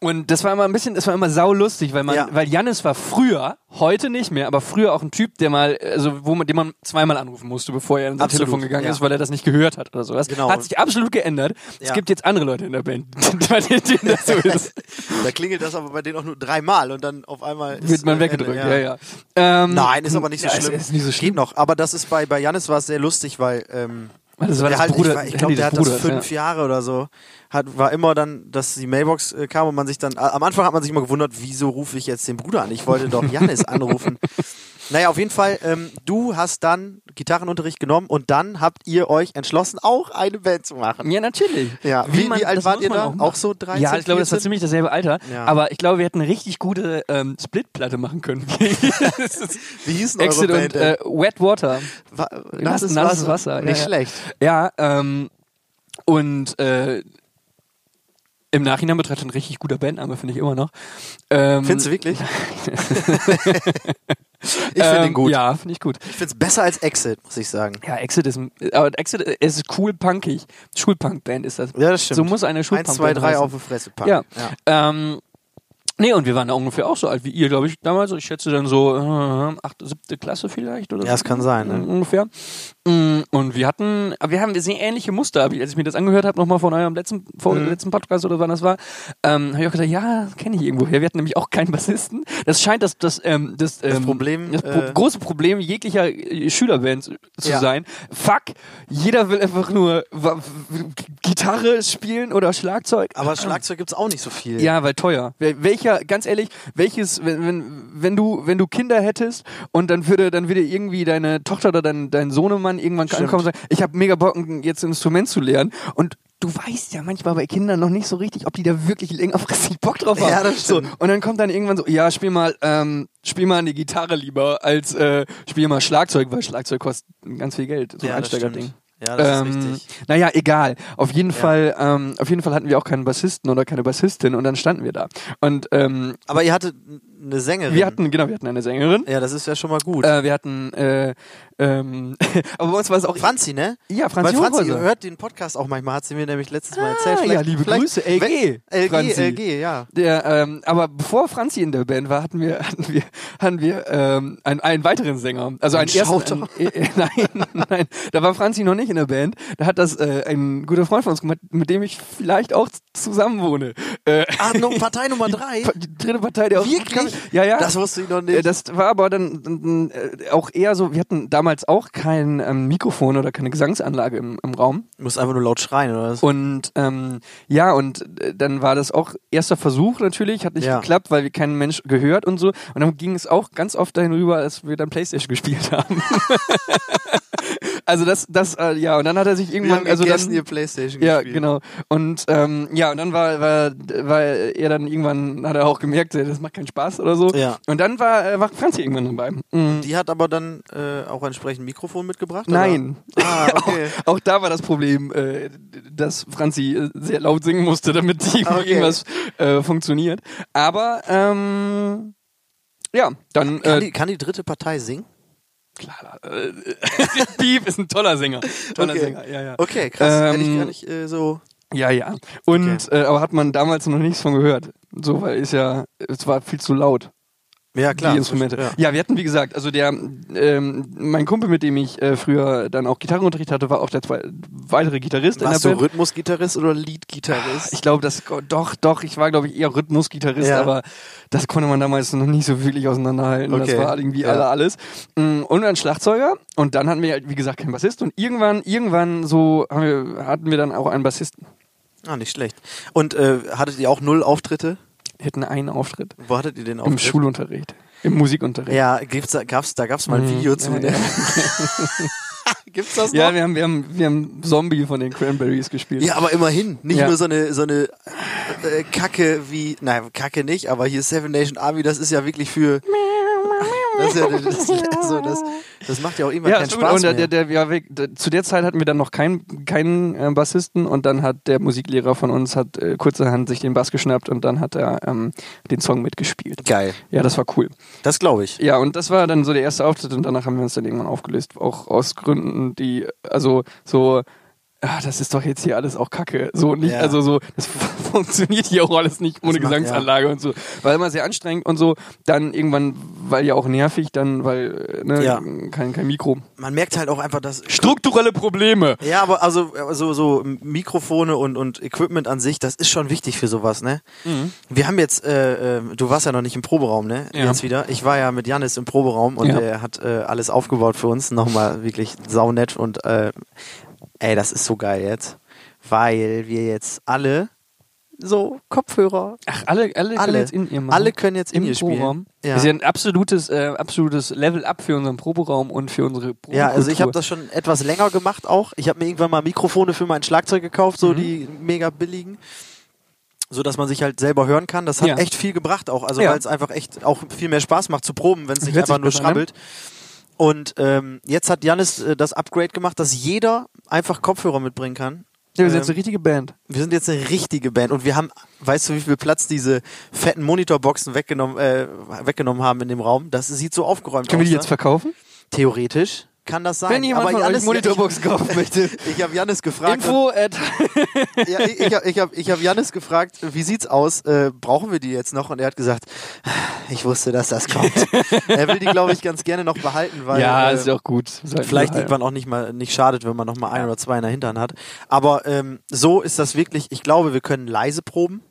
Speaker 3: Und das war immer ein bisschen, das war immer saulustig, weil man,
Speaker 2: Ja.
Speaker 3: weil Jannis war früher, heute nicht mehr, aber früher auch ein Typ, der mal, also wo man, den man zweimal anrufen musste, bevor er an sein
Speaker 2: Absolut,
Speaker 3: Telefon gegangen
Speaker 2: ja.
Speaker 3: ist, weil er das nicht gehört hat oder sowas.
Speaker 2: Genau.
Speaker 3: Hat sich absolut geändert. Es
Speaker 2: Ja.
Speaker 3: gibt jetzt andere Leute in der Band, bei denen das so ist.
Speaker 2: Da klingelt das aber bei denen auch nur dreimal und dann auf einmal ist,
Speaker 3: Wird man
Speaker 2: äh,
Speaker 3: weggedrückt,
Speaker 2: Ende,
Speaker 3: ja, ja. Ähm,
Speaker 2: Nein, ist aber nicht so
Speaker 3: ja,
Speaker 2: schlimm.
Speaker 3: Ist, ist nicht so
Speaker 2: Geht
Speaker 3: schlimm.
Speaker 2: noch, aber das ist bei, bei Janis war es sehr lustig, weil ähm,
Speaker 3: Weil das war
Speaker 2: der
Speaker 3: das
Speaker 2: halt,
Speaker 3: Bruder-
Speaker 2: ich, war- ich
Speaker 3: Handy
Speaker 2: glaube, der
Speaker 3: des
Speaker 2: hat das
Speaker 3: Bruders,
Speaker 2: fünf Jahre oder so, hat, war immer dann, dass die Mailbox äh, kam und man sich dann, a- am Anfang hat man sich immer gewundert, wieso rufe ich jetzt den Bruder an? Ich wollte doch Janis anrufen. Naja, auf jeden Fall, ähm, du hast dann Gitarrenunterricht genommen und dann habt ihr euch entschlossen, auch eine Band zu machen.
Speaker 3: Ja, natürlich.
Speaker 2: Ja, wie- wie alt
Speaker 3: das
Speaker 2: wart
Speaker 3: muss
Speaker 2: ihr
Speaker 3: man
Speaker 2: da?
Speaker 3: machen.
Speaker 2: Auch so 13,
Speaker 3: Ja, ich glaube, das war
Speaker 2: 14?
Speaker 3: ziemlich dasselbe Alter.
Speaker 2: Ja.
Speaker 3: Aber ich glaube, wir hätten eine richtig gute ähm, Split-Platte machen können.
Speaker 2: Wie hießen eure
Speaker 3: Exit
Speaker 2: Band?
Speaker 3: und
Speaker 2: denn?
Speaker 3: äh, Wet Water.
Speaker 2: Wa-
Speaker 3: Nass- nasses Wasser,
Speaker 2: Nicht
Speaker 3: ja, ja.
Speaker 2: schlecht.
Speaker 3: Ja, ähm, und äh, im Nachhinein betrachtet ein richtig guter Bandname, finde ich immer noch. Ähm,
Speaker 2: Findest du wirklich? ich
Speaker 3: ähm,
Speaker 2: finde ihn gut.
Speaker 3: Ja, finde ich gut.
Speaker 2: Ich finde es besser als Exit, muss ich sagen.
Speaker 3: Ja, Exit ist, ein- aber Exit äh, es ist cool punkig. Schulpunk-Band ist das.
Speaker 2: Ja, das stimmt.
Speaker 3: So muss eine Schulpunk-Band
Speaker 2: Eins, zwei, drei
Speaker 3: heißen.
Speaker 2: auf die Fresse packen.
Speaker 3: Ja. Ähm, nee, und wir waren da ungefähr auch so alt wie ihr, glaube ich, damals. Ich schätze dann so äh, achte, siebte Klasse vielleicht oder
Speaker 2: Ja, es kann sein, ne?
Speaker 3: Ungefähr. Mm, Und wir hatten, aber wir haben wir sehen ähnliche Muster, hab ich, als ich mir das angehört habe, nochmal von eurem letzten, vor
Speaker 2: Mhm.
Speaker 3: letzten Podcast oder wann das war, ähm, habe ich auch gedacht, ja, kenne ich irgendwo her. Wir hatten nämlich auch keinen Bassisten. Das scheint das, das, ähm, das, ähm,
Speaker 2: Problem,
Speaker 3: das Pro
Speaker 2: äh,
Speaker 3: große Problem jeglicher äh, Schülerbands zu
Speaker 2: Ja.
Speaker 3: sein. Fuck, jeder will einfach nur wa- w- Gitarre spielen oder Schlagzeug.
Speaker 2: Aber Schlagzeug gibt es auch nicht so viel.
Speaker 3: Ja, weil teuer. Wel- Welcher, ganz ehrlich, welches, wenn, wenn, wenn du, wenn du Kinder hättest und dann würde, dann würde irgendwie deine Tochter oder dein, dein Sohnemann irgendwann
Speaker 2: Stimmt.
Speaker 3: ankommen und sagen, ich habe mega Bock, ein- jetzt ein Instrument zu lernen und Du weißt ja manchmal bei Kindern noch nicht so richtig, ob die da wirklich längerfristig Bock drauf haben.
Speaker 2: Ja, das
Speaker 3: so,
Speaker 2: stimmt.
Speaker 3: und dann kommt dann irgendwann so, ja, spiel mal, ähm, spiel mal eine Gitarre lieber als äh, spiel mal Schlagzeug, weil Schlagzeug kostet ganz viel Geld, so ein
Speaker 2: Ja, das stimmt.
Speaker 3: Einsteigerding.
Speaker 2: Ja, das ist
Speaker 3: Ähm,
Speaker 2: richtig.
Speaker 3: Naja, egal. Auf jeden Fall, ähm, auf jeden Fall hatten wir auch keinen Bassisten oder keine Bassistin und dann standen wir da. Und ähm,
Speaker 2: Aber ihr hattet eine Sängerin.
Speaker 3: wir hatten, genau, wir hatten eine Sängerin.
Speaker 2: ja, das ist Mhm. ja schon mal gut.
Speaker 3: Äh, wir hatten, äh, ähm, aber bei uns war es auch.
Speaker 2: Franzi, ne?
Speaker 3: Ja, Franzi
Speaker 2: Weil Franzi
Speaker 3: Hochhäuser.
Speaker 2: hört den Podcast auch manchmal, hat sie mir nämlich letztes Mal
Speaker 3: Ah,
Speaker 2: erzählt.
Speaker 3: ja,
Speaker 2: Vielleicht-
Speaker 3: liebe
Speaker 2: vielleicht-
Speaker 3: Grüße, LG,
Speaker 2: Wenn- LG,
Speaker 3: Franzi.
Speaker 2: LG, ja.
Speaker 3: Der, ähm, aber bevor Franzi in der Band war, hatten wir, hatten wir, hatten wir ähm, einen, einen weiteren Sänger. Also einen ersten.
Speaker 2: Schauter.
Speaker 3: Einen, äh, äh, nein, nein. Da war Franzi noch nicht in der Band. Da hat das äh, ein guter Freund von uns gemacht, mit dem ich vielleicht auch zusammen wohne. Äh,
Speaker 2: Ah, no, Partei Nummer
Speaker 3: die,
Speaker 2: drei.
Speaker 3: Pa- die dritte Partei, der auch
Speaker 2: Wirklich?
Speaker 3: Ja, ja.
Speaker 2: Das wusste ich noch nicht.
Speaker 3: Äh, Das war aber dann, dann, dann äh, auch eher so, wir hatten damals auch kein ähm, Mikrofon oder keine Gesangsanlage im, im Raum.
Speaker 2: Du musst einfach nur laut schreien, oder was?
Speaker 3: Und ähm, ja, und äh, dann war das auch erster Versuch natürlich, hat nicht
Speaker 2: Ja.
Speaker 3: geklappt, weil wir keinen Mensch gehört und so. Und dann ging es auch ganz oft dahin rüber, als wir dann Playstation gespielt haben. also das, das, äh, ja, und dann hat er sich irgendwann, also dann,
Speaker 2: ihr Playstation
Speaker 3: ja,
Speaker 2: gespielt.
Speaker 3: genau. Und ähm, ja, und dann war, war, war er dann irgendwann, hat er auch gemerkt, äh, das macht keinen Spaß oder so.
Speaker 2: Ja. Genau.
Speaker 3: Und dann war, äh, war Franzi irgendwann dabei. Mhm.
Speaker 2: Die hat aber dann äh, auch entsprechend ein Mikrofon mitgebracht?
Speaker 3: Nein. Äh,
Speaker 2: Oder? Ah, okay.
Speaker 3: Auch da war das Problem, äh, dass Franzi äh, sehr laut singen musste, damit die
Speaker 2: Ah, okay.
Speaker 3: irgendwas äh, funktioniert. Aber ähm, ja, dann
Speaker 2: kann,
Speaker 3: äh,
Speaker 2: die, kann die dritte Partei singen?
Speaker 3: klar, äh, Piep ist ein toller Sänger, toller
Speaker 2: Okay.
Speaker 3: Sänger, ja, ja.
Speaker 2: Okay, krass. Hätte ich
Speaker 3: Ähm,
Speaker 2: gar nicht äh, so.
Speaker 3: Ja, ja. Und
Speaker 2: Okay.
Speaker 3: äh, aber hat man damals noch nichts von gehört. So, weil ist ja, es war viel zu laut.
Speaker 2: Ja, klar.
Speaker 3: die Instrumente.
Speaker 2: Ja.
Speaker 3: Ja. wir hatten, wie gesagt, also der, ähm, mein Kumpel, mit dem ich äh, früher dann auch Gitarrenunterricht hatte, war auch der zwei, weitere Gitarrist
Speaker 2: Warst du
Speaker 3: in der Band. Ah,
Speaker 2: Rhythmusgitarrist oder Leadgitarrist?
Speaker 3: Ich glaube, das, doch, doch, ich war, glaube ich, eher Rhythmusgitarrist,
Speaker 2: Ja.
Speaker 3: aber das konnte man damals noch nicht so wirklich auseinanderhalten.
Speaker 2: Okay.
Speaker 3: Das war irgendwie
Speaker 2: Ja.
Speaker 3: alle alles. Mm, Und ein Schlagzeuger. Und dann hatten wir halt, wie gesagt, keinen Bassist. Und irgendwann, irgendwann so haben wir, hatten wir dann auch einen Bassisten.
Speaker 2: Ah, nicht schlecht. Und äh, hattet ihr auch null Auftritte?
Speaker 3: Wir hatten einen Auftritt.
Speaker 2: Wo hattet ihr den
Speaker 3: Im
Speaker 2: Auftritt?
Speaker 3: Schulunterricht. Im Musikunterricht.
Speaker 2: Ja, gibt's da, gab's, da gab's mal ein Video zu.
Speaker 3: Mhm. ja,
Speaker 2: ne? gibt's das
Speaker 3: Ja, wir haben, wir haben, wir haben Zombie von den Cranberries gespielt.
Speaker 2: Ja, aber immerhin. Nicht
Speaker 3: Ja.
Speaker 2: nur so eine, so eine äh, Kacke wie, nein, Kacke nicht, aber hier Seven Nation Army, das ist ja wirklich für. Das, ist ja, das, also das, das macht ja auch immer
Speaker 3: Ja,
Speaker 2: keinen
Speaker 3: stimmt.
Speaker 2: Spaß.
Speaker 3: und der,
Speaker 2: Mehr.
Speaker 3: der, der, ja, wir- der, zu der Zeit hatten wir dann noch keinen, keinen äh, Bassisten und dann hat der Musiklehrer von uns hat äh, kurzerhand sich den Bass geschnappt und dann hat er ähm, den Song mitgespielt.
Speaker 2: Geil.
Speaker 3: Ja, das war cool.
Speaker 2: Das glaube ich.
Speaker 3: Ja, und das war dann so der erste Auftritt und danach haben wir uns dann irgendwann aufgelöst, auch aus Gründen, die also so ah, das ist doch jetzt hier alles auch Kacke. So nicht,
Speaker 2: Ja.
Speaker 3: also so, das funktioniert hier auch alles nicht ohne
Speaker 2: macht-
Speaker 3: Gesangsanlage und so. War immer sehr anstrengend und so. Dann irgendwann, weil ja auch nervig, dann, weil, äh, ne,
Speaker 2: Ja.
Speaker 3: kein, kein Mikro.
Speaker 2: Man merkt halt auch einfach, dass.
Speaker 3: Strukturelle Probleme.
Speaker 2: Ja, aber also, also so Mikrofone und, und Equipment an sich, das ist schon wichtig für sowas, ne? Wir haben jetzt, äh, äh, du warst ja noch nicht im Proberaum, ne?
Speaker 3: Mhm. Ja.
Speaker 2: Jetzt wieder. Ich war ja mit Janis im Proberaum und
Speaker 3: Ja.
Speaker 2: er hat äh, alles aufgebaut für uns. Nochmal wirklich saunett und äh, ey, das ist so geil jetzt. Weil wir jetzt alle so Kopfhörer,
Speaker 3: Ach, alle, alle, können
Speaker 2: Alle.
Speaker 3: jetzt in ihr machen.
Speaker 2: Alle können jetzt in
Speaker 3: Im
Speaker 2: ihr spielen.
Speaker 3: Proberaum.
Speaker 2: Ja.
Speaker 3: Das ist ja ein absolutes, äh, absolutes Level-Up für unseren Proberaum und für unsere Probekultur.
Speaker 2: Ja, also ich habe das schon etwas länger gemacht auch. Ich habe mir irgendwann mal Mikrofone für mein Schlagzeug gekauft,
Speaker 3: Mhm.
Speaker 2: so die mega billigen, so dass man sich halt selber hören kann. Das hat
Speaker 3: Ja.
Speaker 2: echt viel gebracht auch, also
Speaker 3: Ja.
Speaker 2: weil es einfach echt auch viel mehr Spaß macht zu proben, wenn es nicht
Speaker 3: Hört sich
Speaker 2: einfach nur
Speaker 3: besser an, ne?
Speaker 2: schrabbelt. Und ähm, jetzt hat Janis äh, das Upgrade gemacht, dass jeder einfach Kopfhörer mitbringen kann.
Speaker 3: Ja, wir sind jetzt
Speaker 2: Ähm,
Speaker 3: eine richtige Band.
Speaker 2: wir sind jetzt eine richtige Band und wir haben, weißt du, wie viel Platz diese fetten Monitorboxen weggenommen, äh, weggenommen haben in dem Raum? Das sieht so aufgeräumt
Speaker 3: Können wir
Speaker 2: aus.
Speaker 3: die jetzt
Speaker 2: ne?
Speaker 3: verkaufen?
Speaker 2: Theoretisch kann das sein.
Speaker 3: Wenn jemand
Speaker 2: aber
Speaker 3: von
Speaker 2: Janis-
Speaker 3: euch Monitorbox kaufen möchte.
Speaker 2: Ich habe Janis gefragt.
Speaker 3: Info at
Speaker 2: Und, ja, ich ich habe ich hab, ich hab Janis gefragt, wie sieht's aus? Äh, brauchen wir die jetzt noch? Und er hat gesagt, ich wusste, dass das kommt. er will die, glaube ich, ganz gerne noch behalten, weil
Speaker 3: Ja,
Speaker 2: äh,
Speaker 3: ist ja auch gut. Sollten
Speaker 2: vielleicht
Speaker 3: wir halt.
Speaker 2: irgendwann auch nicht mal nicht schadet, wenn man noch mal ein oder zwei in der Hintern hat. Aber ähm, so ist das wirklich. Ich glaube, wir können leise proben,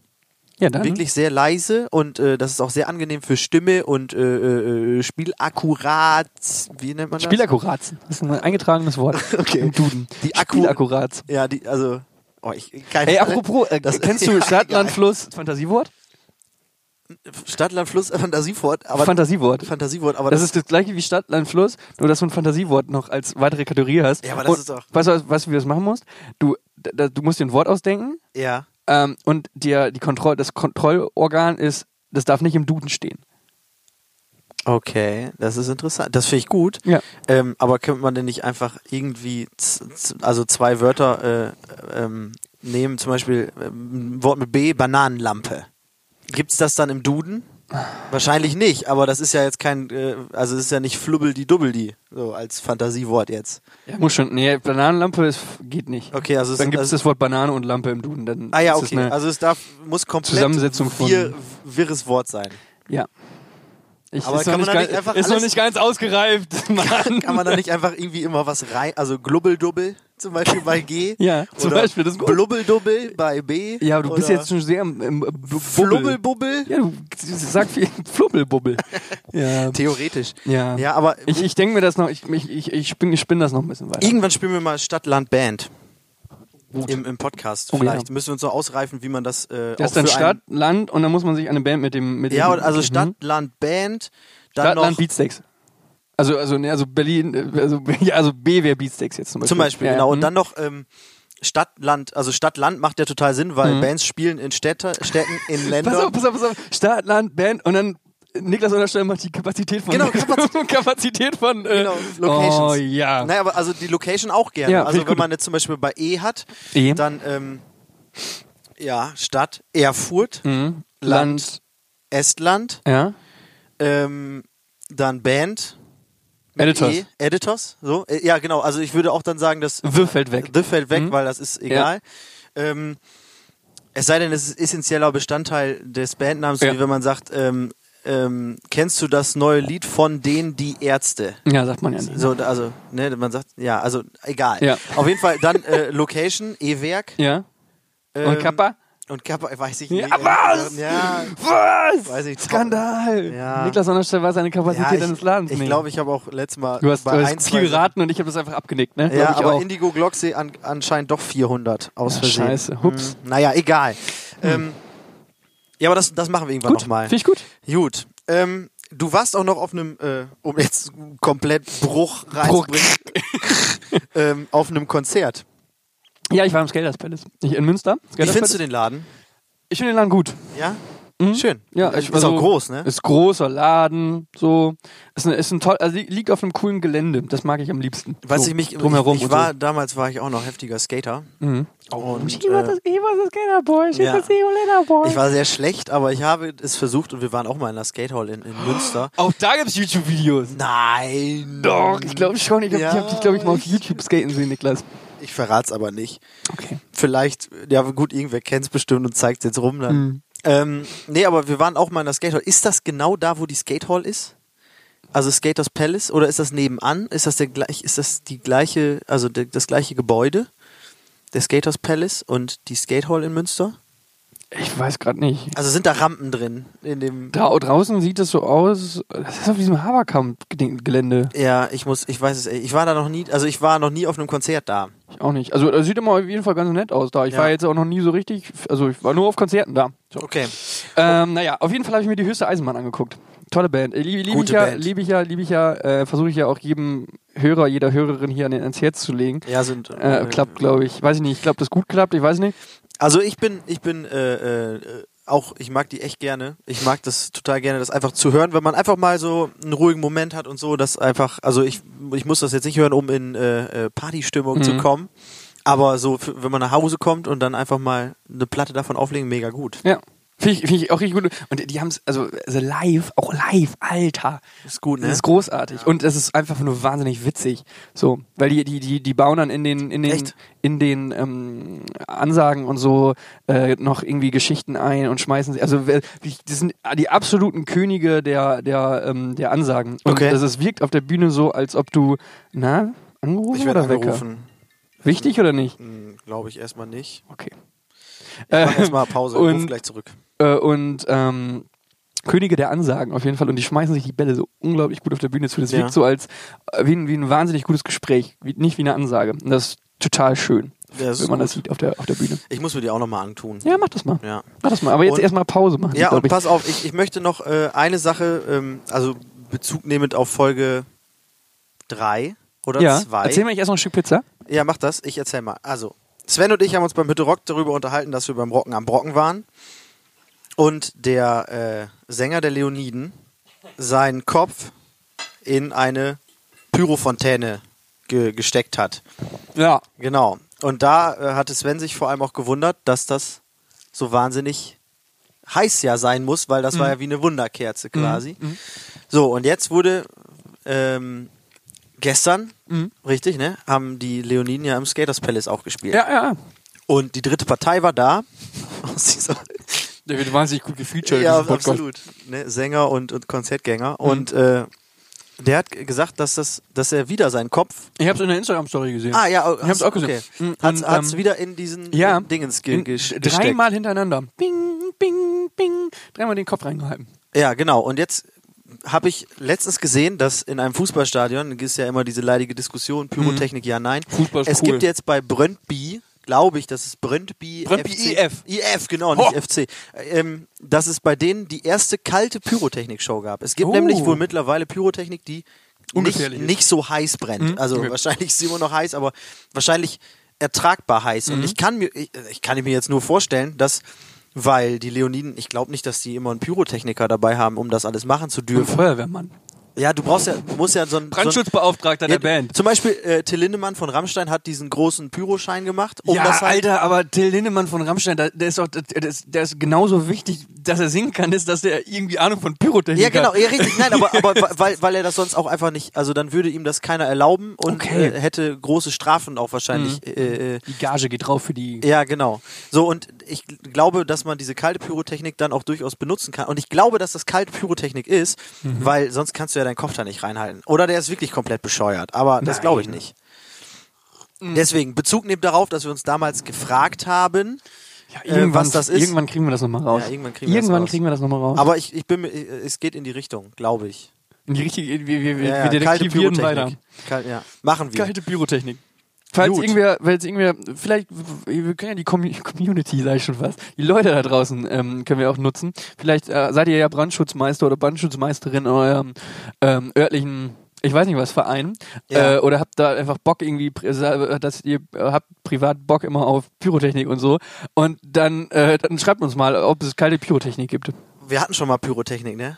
Speaker 3: ja, dann.
Speaker 2: wirklich sehr leise und äh, das ist auch sehr angenehm für Stimme und äh, äh, äh, Spielakkurat. Wie nennt man das?
Speaker 3: Spielakkurazen. Das ist ein eingetragenes Wort.
Speaker 2: Okay.
Speaker 3: Im Duden.
Speaker 2: Die Akku-
Speaker 3: Spielakkurat.
Speaker 2: Ja, die, also. Oh, ich, keine
Speaker 3: Ey, apropos, äh,
Speaker 2: Das-
Speaker 3: kennst du
Speaker 2: Ja,
Speaker 3: Stadtland, Fluss, Fantasiewort?
Speaker 2: Stadtland, Fluss, Fantasiewort, aber
Speaker 3: Fantasiewort.
Speaker 2: Fantasiewort, aber
Speaker 3: Das ist das gleiche wie Stadt, Land, Fluss, nur dass du ein Fantasiewort noch als weitere Kategorie hast.
Speaker 2: Ja, aber das
Speaker 3: und,
Speaker 2: ist doch-
Speaker 3: Weißt du, was- weißt du, wie du das machen musst? Du, da- da, du musst dir ein Wort ausdenken
Speaker 2: ja.
Speaker 3: ähm, und dir die Kontroll, das Kontrollorgan ist, das darf nicht im Duden stehen.
Speaker 2: Okay, das ist interessant. Das finde ich gut.
Speaker 3: Ja.
Speaker 2: Ähm, aber könnte man denn nicht einfach irgendwie, z- z- also zwei Wörter äh, ähm, nehmen, zum Beispiel ähm, ein Wort mit B, Bananenlampe. Gibt's das dann im Duden? Wahrscheinlich nicht, aber das ist ja jetzt kein, äh, also es ist ja nicht flubbel die dubbel die, so als Fantasiewort jetzt.
Speaker 3: Muss schon, nee, Bananenlampe ist, geht nicht.
Speaker 2: Okay, also es
Speaker 3: Dann gibt es
Speaker 2: also,
Speaker 3: das Wort Banane und Lampe im Duden. Dann
Speaker 2: Ah ja,
Speaker 3: ist das
Speaker 2: okay.
Speaker 3: eine-
Speaker 2: Also es darf, muss komplett
Speaker 3: Zusammensetzung von-
Speaker 2: wirr, wirres Wort sein.
Speaker 3: Ja. Ich,
Speaker 2: Aber
Speaker 3: ist
Speaker 2: kann
Speaker 3: noch
Speaker 2: man da
Speaker 3: ganz-
Speaker 2: nicht einfach
Speaker 3: ist noch
Speaker 2: alles-
Speaker 3: nicht ganz ausgereift, Mann.
Speaker 2: Kann man da nicht einfach irgendwie immer was rein, also Glubbeldubble zum Beispiel bei G?
Speaker 3: Ja, zum
Speaker 2: oder
Speaker 3: Beispiel, das ist gut.
Speaker 2: Blubbeldubbel bei B?
Speaker 3: ja, du bist
Speaker 2: oder
Speaker 3: jetzt schon sehr im, im äh, Bu- Bubbel.
Speaker 2: Flubbelbubbel?
Speaker 3: Ja, du sag viel Flubbelbubbel. ja.
Speaker 2: Theoretisch.
Speaker 3: ja.
Speaker 2: Ja, aber
Speaker 3: Ich, ich denke mir das noch, ich, ich, ich, ich spinne spinn das noch ein bisschen weiter.
Speaker 2: irgendwann spielen wir mal Stadt, Land, Band. Im, Im Podcast
Speaker 3: Oh,
Speaker 2: vielleicht.
Speaker 3: ja.
Speaker 2: Müssen wir uns noch ausreifen, wie man das äh,
Speaker 3: Das
Speaker 2: auch
Speaker 3: ist dann
Speaker 2: für
Speaker 3: Stadt, Land und dann muss man sich eine Band mit dem. Mit
Speaker 2: Einen, ja,
Speaker 3: dem,
Speaker 2: also
Speaker 3: Mhm.
Speaker 2: Stadt, Land, Band. Dann
Speaker 3: Stadt,
Speaker 2: noch,
Speaker 3: Land, Beatsteaks. Also, also, ne, also Berlin, äh, also, ja, also B wäre Beatsteaks jetzt zum Beispiel.
Speaker 2: Zum Beispiel,
Speaker 3: ja,
Speaker 2: genau.
Speaker 3: mhm.
Speaker 2: Und dann noch ähm, Stadt, Land, also Stadt, Land macht ja total Sinn, weil Bands spielen in Städte, Städten, in Ländern.
Speaker 3: Mhm. Pass auf, pass auf, pass auf. Stadt, Land, Band und dann Niklas Unterstein macht die Kapazität von.
Speaker 2: Genau, Kapazität.
Speaker 3: Kapazität von. Äh,
Speaker 2: Genau, Locations.
Speaker 3: Oh ja.
Speaker 2: Naja, aber also die Location auch gerne.
Speaker 3: Ja,
Speaker 2: also
Speaker 3: finde ich
Speaker 2: wenn
Speaker 3: gut.
Speaker 2: man jetzt zum Beispiel bei E hat,
Speaker 3: E.
Speaker 2: dann ähm, ja, Stadt Erfurt,
Speaker 3: Mhm.
Speaker 2: Land.
Speaker 3: Land.
Speaker 2: Estland,
Speaker 3: Ja.
Speaker 2: ähm, dann Band. mit
Speaker 3: Editors.
Speaker 2: E, Editors, so. Äh, Ja, genau. Also ich würde auch dann sagen, dass
Speaker 3: W fällt weg. Mhm.
Speaker 2: The fällt weg, weil das ist egal. Ähm, es sei denn, es ist essentieller Bestandteil des Bandnamens,
Speaker 3: Ja.
Speaker 2: wie wenn man sagt, ähm, ähm, kennst du das neue Lied von denen die Ärzte?
Speaker 3: Ja, sagt man ja nicht.
Speaker 2: So, also, ne, man sagt, ja, also egal.
Speaker 3: Ja.
Speaker 2: Auf jeden Fall dann äh, Location, E-Werk.
Speaker 3: Ja. Und
Speaker 2: ähm,
Speaker 3: Kappa?
Speaker 2: Und Kappa, weiß ich
Speaker 3: Ja,
Speaker 2: nicht.
Speaker 3: was?
Speaker 2: Ja,
Speaker 3: Was?
Speaker 2: Weiß ich-
Speaker 3: Skandal.
Speaker 2: Ja.
Speaker 3: Niklas Sonnenstein war seine
Speaker 2: ja,
Speaker 3: Kapazität eines Ladens
Speaker 2: ich
Speaker 3: nicht.
Speaker 2: glaube, ich habe auch letztes Mal
Speaker 3: du hast, du
Speaker 2: ein,
Speaker 3: hast
Speaker 2: zwei-
Speaker 3: viel geraten und ich habe das einfach abgenickt, ne?
Speaker 2: Ja,
Speaker 3: Glaub ich
Speaker 2: aber
Speaker 3: auch.
Speaker 2: Indigo Glocksee an, anscheinend doch 400 aus
Speaker 3: Ja,
Speaker 2: Versehen.
Speaker 3: scheiße. Hups.
Speaker 2: Hm, naja, egal. Ähm, ja, aber das, das machen wir irgendwann
Speaker 3: gut,
Speaker 2: nochmal.
Speaker 3: finde ich gut.
Speaker 2: Gut. Ähm, du warst auch noch auf einem, äh, um jetzt komplett Bruch reinzubringen, ähm, auf einem Konzert.
Speaker 3: Ja, ich war im Skelders Palace. Ich, in Münster.
Speaker 2: Wie
Speaker 3: Skelders
Speaker 2: findest du
Speaker 3: Palace.
Speaker 2: den Laden?
Speaker 3: Ich finde den Laden gut.
Speaker 2: Ja? Schön.
Speaker 3: Ja,
Speaker 2: Äh,
Speaker 3: ich-
Speaker 2: ist
Speaker 3: also,
Speaker 2: auch groß, ne?
Speaker 3: Ist großer Laden, so. Ist, ein, ist ein toll, also li- liegt auf einem coolen Gelände. Das mag ich am liebsten.
Speaker 2: Weiß
Speaker 3: so,
Speaker 2: ich mich,
Speaker 3: drumherum.
Speaker 2: ich, ich
Speaker 3: und
Speaker 2: war, damals war ich auch noch heftiger Skater. Und, äh,
Speaker 3: Skaterboy,
Speaker 2: ja. das
Speaker 3: Boy.
Speaker 2: ich war sehr schlecht, aber ich habe es versucht und wir waren auch mal in der Skatehall in, in Münster.
Speaker 3: auch da gibt's YouTube-Videos.
Speaker 2: Nein!
Speaker 3: Doch, ich glaube schon. Ich habe
Speaker 2: Ja,
Speaker 3: ich hab dich, glaube ich, mal auf YouTube skaten sehen, Niklas.
Speaker 2: Ich verrat's aber nicht.
Speaker 3: Okay.
Speaker 2: Vielleicht, ja gut, irgendwer kennt's bestimmt und zeigt's jetzt rum dann.
Speaker 3: Mhm.
Speaker 2: Ähm, nee, aber wir waren auch mal in der Skatehall. Ist das genau da, wo die Skatehall ist? Also Skaters Palace oder ist das nebenan? Ist das der gleich, ist das die gleiche, also de, das gleiche Gebäude? Der Skaters Palace und die Skatehall in Münster?
Speaker 3: Ich weiß gerade nicht.
Speaker 2: Also sind da Rampen drin in dem
Speaker 3: Drau draußen sieht es so aus. Das ist auf diesem Haberkamp-Gelände.
Speaker 2: Ja, ich muss, ich weiß es, ey. ich war da noch nie, also ich war noch nie auf einem Konzert da.
Speaker 3: Ich auch nicht. Also, das sieht immer auf jeden Fall ganz nett aus da. Ich
Speaker 2: Ja.
Speaker 3: war jetzt auch noch nie so richtig. Also, ich war nur auf Konzerten da. So.
Speaker 2: Okay.
Speaker 3: Ähm, naja, auf jeden Fall habe ich mir die höchste Eisenbahn angeguckt. Tolle Band. Äh, Liebe lieb ich,
Speaker 2: Gute
Speaker 3: ja,
Speaker 2: Band.
Speaker 3: lieb ich ja, lieb ich ja. Äh, Versuche ich ja auch jedem Hörer, jeder Hörerin hier an den, ans Herz zu legen.
Speaker 2: Ja, sind
Speaker 3: Äh, klappt, glaube ich. Weiß ich nicht. Ich glaube, das gut klappt. Ich weiß nicht.
Speaker 2: Also ich bin, ich bin äh, äh, auch, ich mag die echt gerne. Ich mag das total gerne, das einfach zu hören, wenn man einfach mal so einen ruhigen Moment hat und so, das einfach, also ich, ich muss das jetzt nicht hören, um in äh, äh, Partystimmung zu kommen. Aber so, für, wenn man nach Hause kommt und dann einfach mal eine Platte davon auflegen, mega gut.
Speaker 3: Ja. Finde ich, find ich auch richtig gut. Und die- die haben es, also, also live, auch live, Alter.
Speaker 2: Ist gut, ne?
Speaker 3: Das ist großartig. Und es ist einfach nur wahnsinnig witzig. So, weil die, die, die, die bauen dann in den, in den,
Speaker 2: Echt?
Speaker 3: in den ähm, Ansagen und so äh, noch irgendwie Geschichten ein und schmeißen sie. Also wer- wie- das sind die absoluten Könige der, der, ähm, der Ansagen. Und
Speaker 2: Okay.
Speaker 3: das, es wirkt auf der Bühne so, als ob du, na, angerufen
Speaker 2: Ich werde
Speaker 3: oder Wecker?
Speaker 2: angerufen.
Speaker 3: Wichtig oder nicht?
Speaker 2: Hm, Glaube ich erstmal nicht.
Speaker 3: Okay. Ähm,
Speaker 2: Mach erstmal Pause, und ruf
Speaker 3: und
Speaker 2: gleich zurück.
Speaker 3: äh, und ähm, Könige der Ansagen auf jeden Fall. Und die schmeißen sich die Bälle so unglaublich gut auf der Bühne zu. Das
Speaker 2: Ja.
Speaker 3: wirkt so als äh, wie, ein, wie ein wahnsinnig gutes Gespräch, wie, nicht wie eine Ansage. Und das ist total schön,
Speaker 2: Das ist
Speaker 3: wenn man
Speaker 2: gut.
Speaker 3: das sieht auf der, auf der Bühne.
Speaker 2: Ich muss mir die auch nochmal antun.
Speaker 3: Ja, mach das mal.
Speaker 2: Ja.
Speaker 3: Mach das mal. Aber jetzt
Speaker 2: Und-
Speaker 3: erstmal Pause machen.
Speaker 2: Ja,
Speaker 3: glaub
Speaker 2: und
Speaker 3: Also
Speaker 2: pass
Speaker 3: ich.
Speaker 2: auf, ich, ich möchte noch äh, eine Sache, ähm, also Bezug nehmend auf Folge 3 oder
Speaker 3: ja.
Speaker 2: 2.
Speaker 3: Erzähl mir ich erst noch ein Stück Pizza.
Speaker 2: Ja, mach das, ich erzähl mal. Also, Sven und ich haben uns beim Hütte Rock darüber unterhalten, dass wir beim Rocken am Brocken waren. Und der äh, Sänger der Leoniden seinen Kopf in eine Pyrofontäne ge gesteckt hat.
Speaker 3: Ja.
Speaker 2: Genau. Und da äh, hatte Sven sich vor allem auch gewundert, dass das so wahnsinnig heiß ja sein muss, weil das war ja wie eine Wunderkerze quasi. So, und jetzt wurde ähm, gestern, richtig, ne, haben die Leoniden ja im Skaters Palace auch gespielt.
Speaker 3: Ja, ja.
Speaker 2: Und die dritte Partei war da. Aus dieser-
Speaker 3: Der wird wahnsinnig gut gefeatured.
Speaker 2: ja, absolut. Ne, Sänger und, und Konzertgänger. Und äh, der hat g- gesagt, dass, das, dass er wieder seinen Kopf
Speaker 3: Ich hab's in der Instagram-Story gesehen.
Speaker 2: Ah ja,
Speaker 3: Ich hab's auch gesehen.
Speaker 2: Okay.
Speaker 3: Und,
Speaker 2: Hat's, hat's
Speaker 3: ähm,
Speaker 2: wieder in diesen
Speaker 3: ja,
Speaker 2: Dingens ge
Speaker 3: In,
Speaker 2: ge- gesteckt.
Speaker 3: dreimal hintereinander. Bing, bing, bing. Dreimal den Kopf reingehalten.
Speaker 2: Ja, genau. Und jetzt habe ich letztens gesehen, dass in einem Fußballstadion gibt es ja immer diese leidige Diskussion Pyrotechnik ja nein.
Speaker 3: Mhm. Fußball ist
Speaker 2: es
Speaker 3: cool.
Speaker 2: gibt jetzt bei Brøndby, glaube ich, das ist Brøndby
Speaker 3: Brøndby
Speaker 2: FC,
Speaker 3: IF.
Speaker 2: IF genau, nicht
Speaker 3: Ho!
Speaker 2: FC. Ähm, dass es bei denen die erste kalte Pyrotechnik Show gab. Es gibt
Speaker 3: Oh.
Speaker 2: nämlich wohl mittlerweile Pyrotechnik, die nicht,
Speaker 3: Ungefährlich ist.
Speaker 2: nicht so heiß brennt. Also
Speaker 3: Mhm. okay.
Speaker 2: wahrscheinlich ist sie immer noch heiß, aber wahrscheinlich ertragbar heiß.
Speaker 3: Mhm.
Speaker 2: Und ich kann mir, ich, ich kann mir jetzt nur vorstellen, dass, weil die Leoniden, ich glaube nicht, dass die immer einen Pyrotechniker dabei haben, um das alles machen zu
Speaker 3: Ein
Speaker 2: dürfen.
Speaker 3: Feuerwehrmann.
Speaker 2: Ja, du brauchst ja, musst ja so ein. so
Speaker 3: Brandschutzbeauftragter der
Speaker 2: ein, ja,
Speaker 3: Band.
Speaker 2: Zum Beispiel äh, Till Lindemann von Rammstein hat diesen großen Pyroschein gemacht, um
Speaker 3: ja,
Speaker 2: das halt.
Speaker 3: Alter, aber Till Lindemann von Rammstein, der, der ist doch, der, der ist, der ist genauso wichtig, dass er singen kann, ist, dass der irgendwie Ahnung von Pyrotechnik
Speaker 2: Ja, genau,
Speaker 3: hat.
Speaker 2: ja, richtig. Nein, aber, aber wa- weil, weil er das sonst auch einfach nicht, also dann würde ihm das keiner erlauben und
Speaker 3: Okay. Mhm.
Speaker 2: äh, hätte große Strafen auch wahrscheinlich. Äh, äh,
Speaker 3: Die Gage geht drauf für die.
Speaker 2: ja, genau. So, und ich gl- glaube, dass man diese kalte Pyrotechnik dann auch durchaus benutzen kann. Und ich glaube, dass das kalte Pyrotechnik ist,
Speaker 3: Mhm.
Speaker 2: weil sonst kannst du ja deinen Kopf da nicht reinhalten. Oder der ist wirklich komplett bescheuert, aber das glaube ich nicht.
Speaker 3: Mhm.
Speaker 2: Deswegen, Bezug nehmt darauf, dass wir uns damals gefragt haben,
Speaker 3: Ja,
Speaker 2: äh, was das ist.
Speaker 3: Irgendwann kriegen wir das nochmal raus.
Speaker 2: Ja, irgendwann kriegen wir das raus.
Speaker 3: kriegen wir das nochmal raus.
Speaker 2: Aber ich, ich bin, mir- es geht in die Richtung, glaube ich.
Speaker 3: In die richtige, wir, wir, wir,
Speaker 2: Ja, ja,
Speaker 3: wir detektivieren weiter.
Speaker 2: Kal- ja. Machen wir.
Speaker 3: Kalte Pyrotechnik. Falls
Speaker 2: Gut.
Speaker 3: irgendwer, falls irgendwer, vielleicht, wir können ja die Commu- Community, sag ich schon was, die Leute da draußen ähm, können wir auch nutzen. Vielleicht äh, seid ihr ja Brandschutzmeister oder Brandschutzmeisterin in eurem ähm, örtlichen, ich weiß nicht was, Verein.
Speaker 2: Ja.
Speaker 3: Äh, oder habt da einfach Bock irgendwie, pri- sa- dass ihr äh, habt privat Bock immer auf Pyrotechnik und so. Und dann, äh, dann schreibt uns mal, ob es kalte Pyrotechnik gibt.
Speaker 2: Wir hatten schon mal Pyrotechnik, ne?